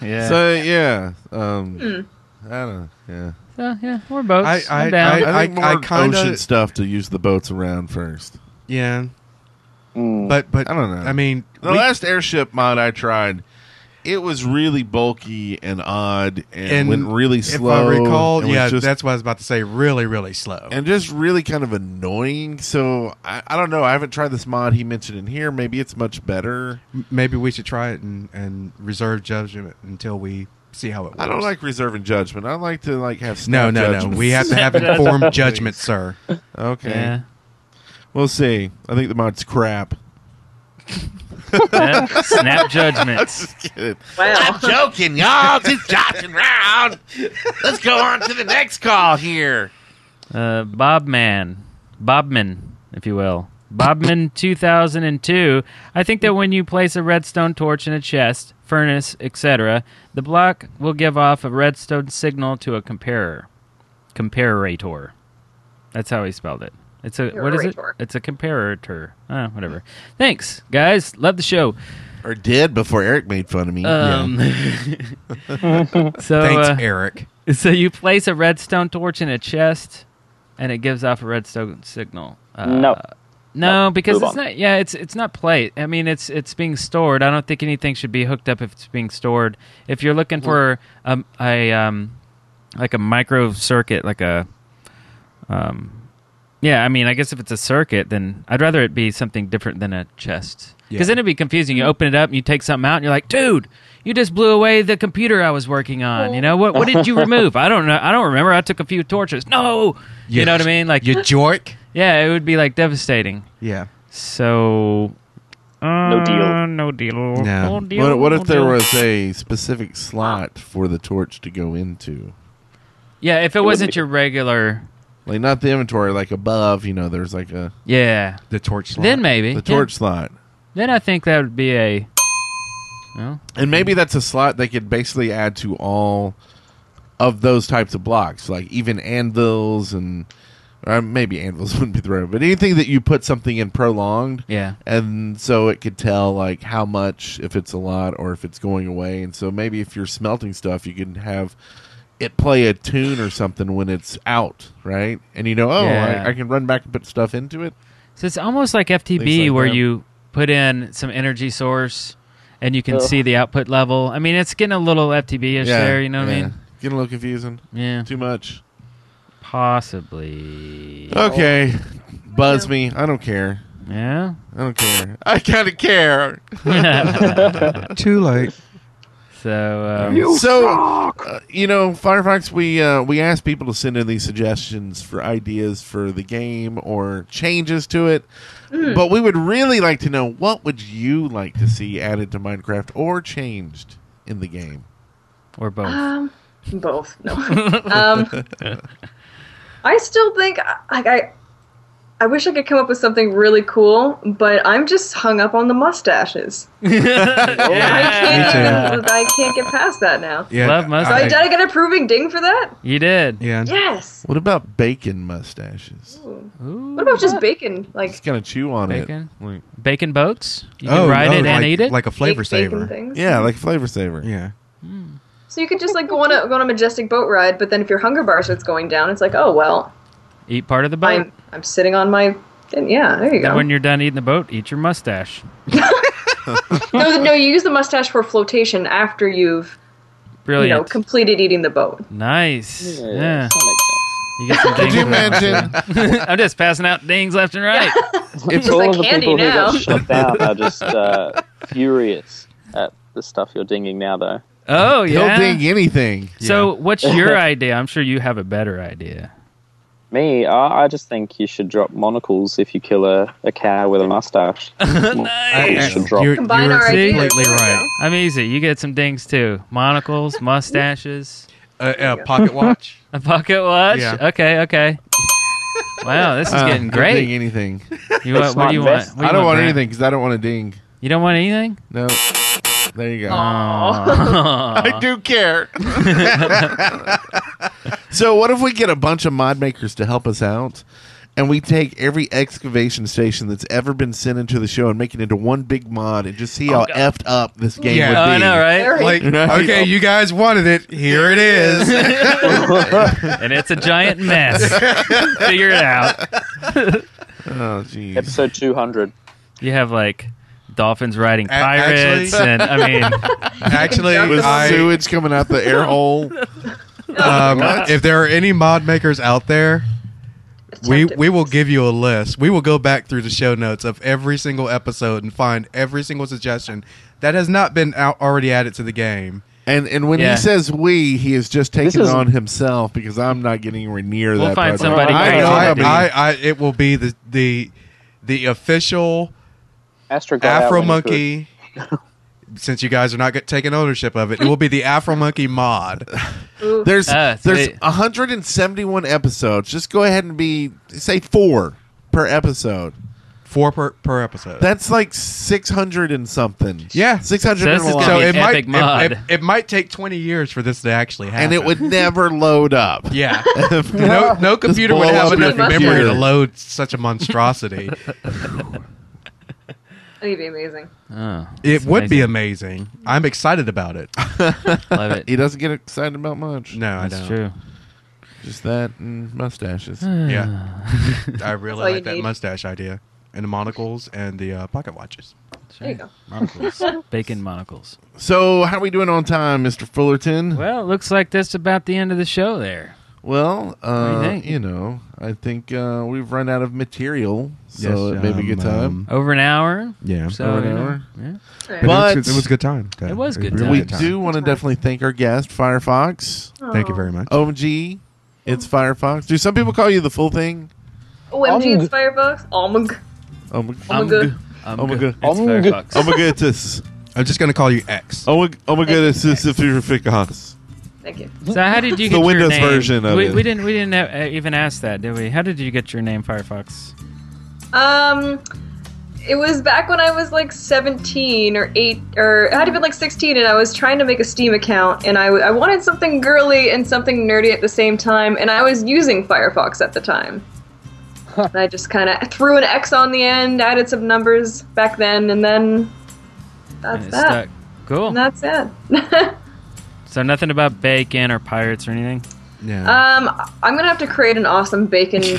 Speaker 5: Yeah.
Speaker 2: So yeah, um,
Speaker 5: Mm.
Speaker 2: I don't know. Yeah.
Speaker 5: So, Uh, yeah, more boats.
Speaker 7: I-
Speaker 5: I,
Speaker 7: I-
Speaker 5: am down.
Speaker 7: Hmm. I-
Speaker 2: think more
Speaker 7: kinda-
Speaker 2: ocean stuff to use the boats around first.
Speaker 7: Yeah.
Speaker 6: Hmm.
Speaker 7: But but
Speaker 2: I don't know.
Speaker 7: I mean,
Speaker 2: the
Speaker 7: we-
Speaker 2: last airship mod I tried, it was really bulky and odd and, went really slow.
Speaker 7: If I recall,
Speaker 2: and was
Speaker 7: yeah,
Speaker 2: just-
Speaker 7: that's what I was about to say. Really, really slow.
Speaker 2: and just really kind of annoying. So I, I don't know. I haven't tried this mod he mentioned in here. Maybe it's much better.
Speaker 7: M- Maybe we should try it and, and reserve judgment until we see how it works.
Speaker 2: I don't like reserving judgment. I like to like have
Speaker 7: No,
Speaker 2: snap
Speaker 7: no, no.
Speaker 2: judgments.
Speaker 7: We have to have informed judgment, sir.
Speaker 2: Okay.
Speaker 7: Yeah.
Speaker 2: We'll see. I think the mod's crap.
Speaker 5: Snap- snap judgments.
Speaker 2: I'm just kidding.
Speaker 3: I'm joking, y'all. Just joshing around. Let's go on to the next call here.
Speaker 5: Uh, Bobman, Bobman, if you will. Bobman 2002. I think that when you place a redstone torch in a chest, furnace, etc., the block will give off a redstone signal to a comparer. Comparator. That's how he spelled it. It's a what is it?
Speaker 3: Comparator.
Speaker 5: It's a comparator. Ah, whatever. Thanks, guys. Love the show.
Speaker 2: Or did before Eric made fun of me.
Speaker 5: Um, so
Speaker 2: Thanks,
Speaker 5: uh,
Speaker 2: Eric.
Speaker 5: So you place a redstone torch in a chest, and it gives off a redstone signal. Uh,
Speaker 6: No.
Speaker 5: no,
Speaker 6: No,
Speaker 5: because
Speaker 6: move
Speaker 5: it's
Speaker 6: on.
Speaker 5: not. Yeah, it's it's not plate. I mean, it's it's being stored. I don't think anything should be hooked up if it's being stored. If you're looking for um, a um, like a micro circuit, like a um, yeah. I mean, I guess if it's a circuit, then I'd rather it be something different than a chest. Because
Speaker 7: Yeah.
Speaker 5: then it'd be confusing.
Speaker 6: Mm-hmm.
Speaker 5: You open it up and you take something out, and you're like, dude, you just blew away the computer I was working on. You know what? What did you remove? I don't know. I don't remember. I took a few torches. No, you,
Speaker 7: You-
Speaker 5: know what I mean? Like
Speaker 7: you jork.
Speaker 5: Yeah, it would be like devastating.
Speaker 7: Yeah.
Speaker 5: So.
Speaker 2: No deal.
Speaker 5: uh, No deal. No deal.
Speaker 2: what, what if
Speaker 5: no
Speaker 2: there
Speaker 5: deal.
Speaker 2: was a specific slot for the torch to go into?
Speaker 5: Yeah, if it wasn't your regular.
Speaker 2: Like not the inventory, like above. You know, there's like a
Speaker 5: Yeah.
Speaker 7: the torch
Speaker 5: slot. Then maybe,
Speaker 2: the
Speaker 5: yeah.
Speaker 2: torch slot,
Speaker 5: Then I think that would be a. Well,
Speaker 2: and maybe that's a slot they could basically add to all of those types of blocks, like even anvils and. Or maybe anvils wouldn't be the right, but anything that you put something in prolonged,
Speaker 5: Yeah.
Speaker 2: and so it could tell like how much if it's a lot or if it's going away, and so maybe if you're smelting stuff, you can have it play a tune or something when it's out, right? And you know, oh,
Speaker 5: Yeah.
Speaker 2: I, I can run back and put stuff into it.
Speaker 5: So it's almost like FTB
Speaker 2: Things like
Speaker 5: where
Speaker 2: that.
Speaker 5: you put in some energy source and you can
Speaker 2: Ugh.
Speaker 5: see the output level. I mean, it's getting a little FTB ish there, you know what I
Speaker 2: yeah.
Speaker 5: mean?
Speaker 2: Getting a little confusing.
Speaker 5: Yeah.
Speaker 2: Too much.
Speaker 5: Possibly.
Speaker 2: Okay. Buzz me. I don't care.
Speaker 5: Yeah.
Speaker 2: I don't care. I kind of care.
Speaker 7: Too late.
Speaker 5: So, um,
Speaker 2: so uh, you know, Firefox. We uh, we asked people to send in these suggestions for ideas for the game or changes to it,
Speaker 5: Hmm.
Speaker 2: but we would really like to know what would you like to see added to Minecraft or changed in the game,
Speaker 5: or both.
Speaker 8: Um, both. No. um, I still think like I. I wish I could come up with something really cool, but I'm just hung up on the mustaches. I can't get past that now.
Speaker 2: Yeah, Love
Speaker 8: So I,
Speaker 2: mustache.
Speaker 8: did I get a proving ding for that?
Speaker 5: You did.
Speaker 2: Yeah.
Speaker 8: Yes.
Speaker 2: What about bacon mustaches?
Speaker 8: Ooh. What about just bacon? Like
Speaker 2: Just kind of chew on
Speaker 5: Bacon?
Speaker 2: it. Like-
Speaker 5: Bacon boats? You
Speaker 2: Oh,
Speaker 5: can ride it and
Speaker 7: Oh, like,
Speaker 5: eat it?
Speaker 7: like a flavor
Speaker 8: Baked bacon
Speaker 7: saver.
Speaker 8: things?
Speaker 2: Yeah, like flavor saver.
Speaker 7: Yeah.
Speaker 8: so you could just like go on a go on a majestic boat ride, but then if your hunger bar starts going down, it's like, oh well,
Speaker 5: eat part of the boat.
Speaker 8: I'm I'm sitting on my yeah, there
Speaker 5: Then
Speaker 8: you go.
Speaker 5: when you're done eating the boat, eat your mustache.
Speaker 8: no, no, you use the mustache for flotation after you've you know
Speaker 5: Brilliant.
Speaker 8: completed eating the boat.
Speaker 5: nice. Yeah. You get some
Speaker 2: Could
Speaker 5: dings
Speaker 2: you
Speaker 5: left and right. I'm just passing out dings left and right.
Speaker 6: If all of the people who got shut down are just uh, furious at the stuff you're dinging now, though.
Speaker 5: Oh yeah.
Speaker 2: He'll ding anything.
Speaker 5: So what's your idea? I'm sure you have a better idea.
Speaker 6: Me, I, I just think you should drop monocles if you kill a, a cow with a mustache. nice. You should drop.
Speaker 8: Combine our ideas.
Speaker 5: completely right. I'm easy. You get some dings too. Monocles, mustaches.
Speaker 7: A, pocket watch.
Speaker 5: a pocket watch.
Speaker 7: Yeah.
Speaker 5: Okay. Okay. Wow, this is
Speaker 2: Uh,
Speaker 5: getting
Speaker 2: I'll
Speaker 5: great.
Speaker 2: Ding anything.
Speaker 5: You want- what do you want? What do you
Speaker 2: I don't want
Speaker 5: Brad?
Speaker 2: anything because I don't want to ding.
Speaker 5: You don't want anything?
Speaker 2: No. There you go.
Speaker 5: Aw.
Speaker 2: I do care. so what if we get a bunch of mod makers to help us out? And we take every excavation station that's ever been sent into the show and make it into one big mod and just see how effed up this game
Speaker 7: Oh, Yeah.
Speaker 2: would
Speaker 7: Oh,
Speaker 2: be.
Speaker 7: I know, right? Like, okay, you guys wanted it. Here it is.
Speaker 5: and it's a giant mess. Figure it out.
Speaker 2: oh, geez.
Speaker 6: Episode 200.
Speaker 5: You have like dolphins riding
Speaker 6: A- actually-
Speaker 5: pirates, and I mean,
Speaker 7: Actually,
Speaker 2: with
Speaker 7: I-
Speaker 2: sewage coming out the air hole.
Speaker 7: um, if there are any mod makers out there, we we will give you a list. We will go back through the show notes of every single episode and find every single suggestion that has not been out already added to the game.
Speaker 2: And and when he says we, he is just taking on himself because I'm not getting anywhere near
Speaker 7: We'll
Speaker 2: that.
Speaker 7: find
Speaker 2: project.
Speaker 7: somebody
Speaker 2: I
Speaker 7: crazy
Speaker 2: know
Speaker 7: to
Speaker 2: I,
Speaker 7: do
Speaker 2: I,
Speaker 7: it. it will be the the the official
Speaker 6: Astro got out
Speaker 7: Afro
Speaker 6: when he could.
Speaker 7: Monkey. Since you guys are not get, taking ownership of it, it will be the Afro Monkey mod.
Speaker 2: There's
Speaker 5: uh,
Speaker 7: Ah,
Speaker 2: there's
Speaker 7: sweet.
Speaker 2: 171 episodes. Just go ahead and be say four per episode.
Speaker 7: Four per, per episode.
Speaker 2: That's like 600 and something.
Speaker 7: Yeah,
Speaker 2: six hundred.
Speaker 7: it might it- It, it might take twenty years for this to actually happen,
Speaker 2: and it would never load up.
Speaker 7: Yeah, no, no
Speaker 2: Just
Speaker 7: computer would
Speaker 2: blow
Speaker 7: have
Speaker 2: up
Speaker 7: enough
Speaker 2: your
Speaker 7: memory to
Speaker 2: computer.
Speaker 7: load such a monstrosity.
Speaker 8: That'd be amazing.
Speaker 5: Oh,
Speaker 7: it would be amazing. I'm excited about it.
Speaker 5: Love it.
Speaker 2: He doesn't get excited about much.
Speaker 7: No, I
Speaker 2: That's
Speaker 7: don't.
Speaker 5: true.
Speaker 2: Just that and mustaches.
Speaker 7: Yeah, I
Speaker 8: all
Speaker 7: really
Speaker 8: you
Speaker 7: like that
Speaker 8: need.
Speaker 7: mustache idea, and the monocles, and the uh, pocket watches.
Speaker 8: There you go.
Speaker 5: Monocles. Bacon monocles.
Speaker 2: So, how are we doing on time, Mr. Fullerton?
Speaker 5: Well, it looks like that's about the end of the show there.
Speaker 2: Well,
Speaker 5: do you
Speaker 2: uh,
Speaker 5: think?
Speaker 2: you know, I think uh, we've run out of material, so
Speaker 7: Yes,
Speaker 2: it may be a good
Speaker 7: um,
Speaker 2: time.
Speaker 5: Over an hour.
Speaker 7: Yeah.
Speaker 5: So,
Speaker 2: Over an
Speaker 5: you know,
Speaker 2: hour.
Speaker 5: yeah.
Speaker 2: But,
Speaker 7: But it was good- it was a good time.
Speaker 5: It was good
Speaker 7: really
Speaker 5: time.
Speaker 2: we do want to definitely thank our guest, Firefox.
Speaker 7: Thank you very much.
Speaker 2: OMG, it's Firefox. Do some people call you the full thing? Oh
Speaker 8: OMG,
Speaker 2: Um,
Speaker 8: it's Firebox. Omg.
Speaker 2: Omg.
Speaker 8: Omg.
Speaker 2: Omg.
Speaker 5: It's Firefox.
Speaker 2: Oh Omegatus.
Speaker 7: I'm just gonna call you X.
Speaker 2: Oh. Omegatus is if you're Firefox.
Speaker 8: Thank you.
Speaker 5: So how did you
Speaker 2: The
Speaker 5: get your
Speaker 2: Windows
Speaker 5: name?
Speaker 2: version of
Speaker 5: we,
Speaker 2: it.
Speaker 5: we didn't. We didn't uh, even ask that, did we? How did you get your name, Firefox?
Speaker 8: Um, it was back when I was like 17 or 8, or it had to be like 16, and I was trying to make a Steam account, and I, w- I wanted something girly and something nerdy at the same time, and I was using Firefox at the time. and I just kind of threw an X on the end, added some numbers back then, and then that's
Speaker 5: It's
Speaker 8: that.
Speaker 5: stuck. Cool.
Speaker 8: And that's it.
Speaker 5: So nothing about bacon or pirates or anything.
Speaker 7: Yeah.
Speaker 8: Um, I'm gonna have to create an awesome bacon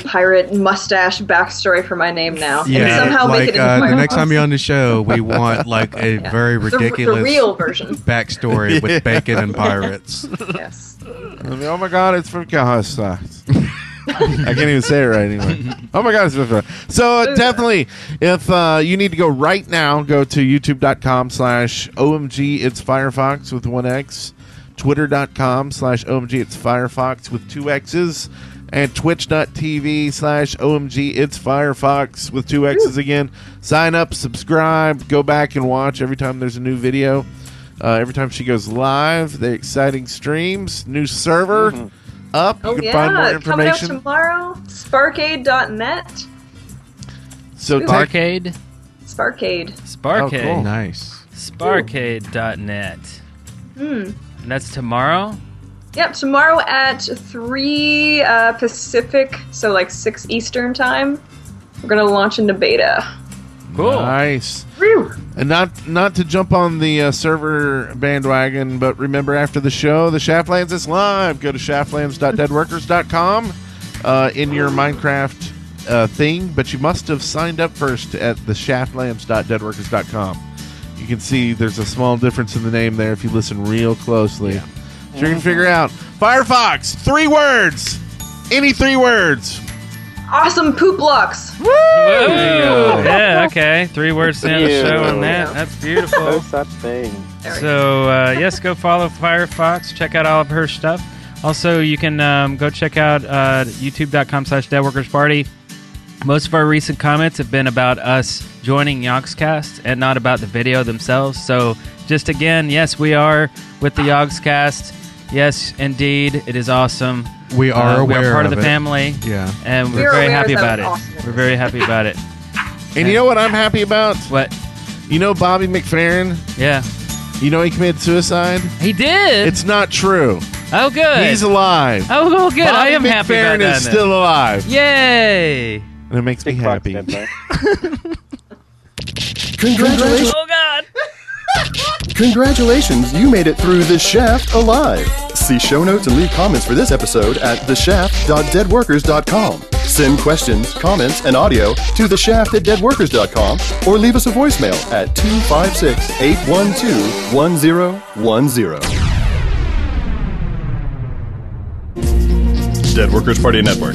Speaker 8: pirate mustache backstory for my name now, and somehow
Speaker 7: like
Speaker 8: make it into
Speaker 7: uh, the
Speaker 8: Firefox.
Speaker 7: next time you're on the show, we want like a very
Speaker 8: The-
Speaker 7: ridiculous
Speaker 8: the real version.
Speaker 7: backstory
Speaker 2: Yeah.
Speaker 7: with bacon and pirates.
Speaker 8: yes.
Speaker 2: oh my god, it's from Firefox. I can't even say it right anymore. Oh my god, it's from So uh, definitely, if uh, you need to go right now, go to youtube.com slash OMG It's Firefox with one X, twitter.com slash OMG It's Firefox with two X's, and twitch.tv slash OMG It's Firefox with two X's again. Sign up, subscribe, go back and watch every time there's a new video. Uh, every time she goes live, the exciting streams, new server up.
Speaker 8: Oh
Speaker 2: you can
Speaker 8: yeah,
Speaker 2: find more
Speaker 8: coming out
Speaker 2: information.
Speaker 8: tomorrow. Sparkade.net.
Speaker 2: So
Speaker 8: Ooh.
Speaker 2: take-
Speaker 5: Barcade.
Speaker 8: Sparkade.
Speaker 5: Sparkade.
Speaker 2: Oh, cool.
Speaker 7: Nice.
Speaker 5: Sparkade.net.
Speaker 8: Hmm.
Speaker 5: And that's tomorrow.
Speaker 8: Yep. Tomorrow at three uh, Pacific, so like six Eastern time. We're gonna launch into beta.
Speaker 5: Cool.
Speaker 2: Nice. And not not to jump on the uh, server bandwagon, but remember after the show, the Shaftlands is live. Go to shaftlands.deadworkers.com uh, in your Minecraft uh, thing, but you must have signed up first at the shaftlands.deadworkers.com. You can see there's a small difference in the name there if you listen real closely. So you can figure out Firefox, three words. Any three words.
Speaker 8: Awesome poop blocks. Woo!
Speaker 5: yeah, okay. Three words to end the show on that. That's beautiful.
Speaker 6: No such thing.
Speaker 5: So uh, yes, go follow Firefox. Check out all of her stuff. Also, you can um, go check out uh, youtube.com slash deadworkersparty. Most of our recent comments have been about us joining Yogscast and not about the video themselves. So just again, yes, we are with the Yogscast. Yes, indeed, it is awesome.
Speaker 7: We are
Speaker 5: Uh,
Speaker 7: aware
Speaker 5: We're part of,
Speaker 7: of
Speaker 5: the
Speaker 7: it.
Speaker 5: family.
Speaker 7: Yeah.
Speaker 5: and
Speaker 2: We
Speaker 5: we're
Speaker 2: are
Speaker 5: very
Speaker 2: aware
Speaker 5: happy
Speaker 2: that
Speaker 5: about it.
Speaker 2: was awesome.
Speaker 5: We're very happy about it.
Speaker 2: And you know what I'm happy about?
Speaker 5: What?
Speaker 2: You know Bobby McFerrin?
Speaker 5: Yeah.
Speaker 2: You know he committed suicide?
Speaker 5: He did.
Speaker 2: It's not true.
Speaker 5: Oh, good.
Speaker 2: He's alive.
Speaker 5: Oh, well, good. I
Speaker 2: Bobby
Speaker 5: am happy
Speaker 2: McFerrin
Speaker 5: about that.
Speaker 2: is
Speaker 5: then.
Speaker 2: still alive.
Speaker 5: Yay!
Speaker 2: And it makes me happy.
Speaker 4: Congratulations.
Speaker 5: Oh, God.
Speaker 4: Congratulations, you made it through The Shaft alive. See show notes and leave comments for this episode at theshaft.deadworkers.com. Send questions, comments, and audio to theshaft at deadworkers.com or leave us a voicemail at 256 812 1010. Dead Workers Party Network.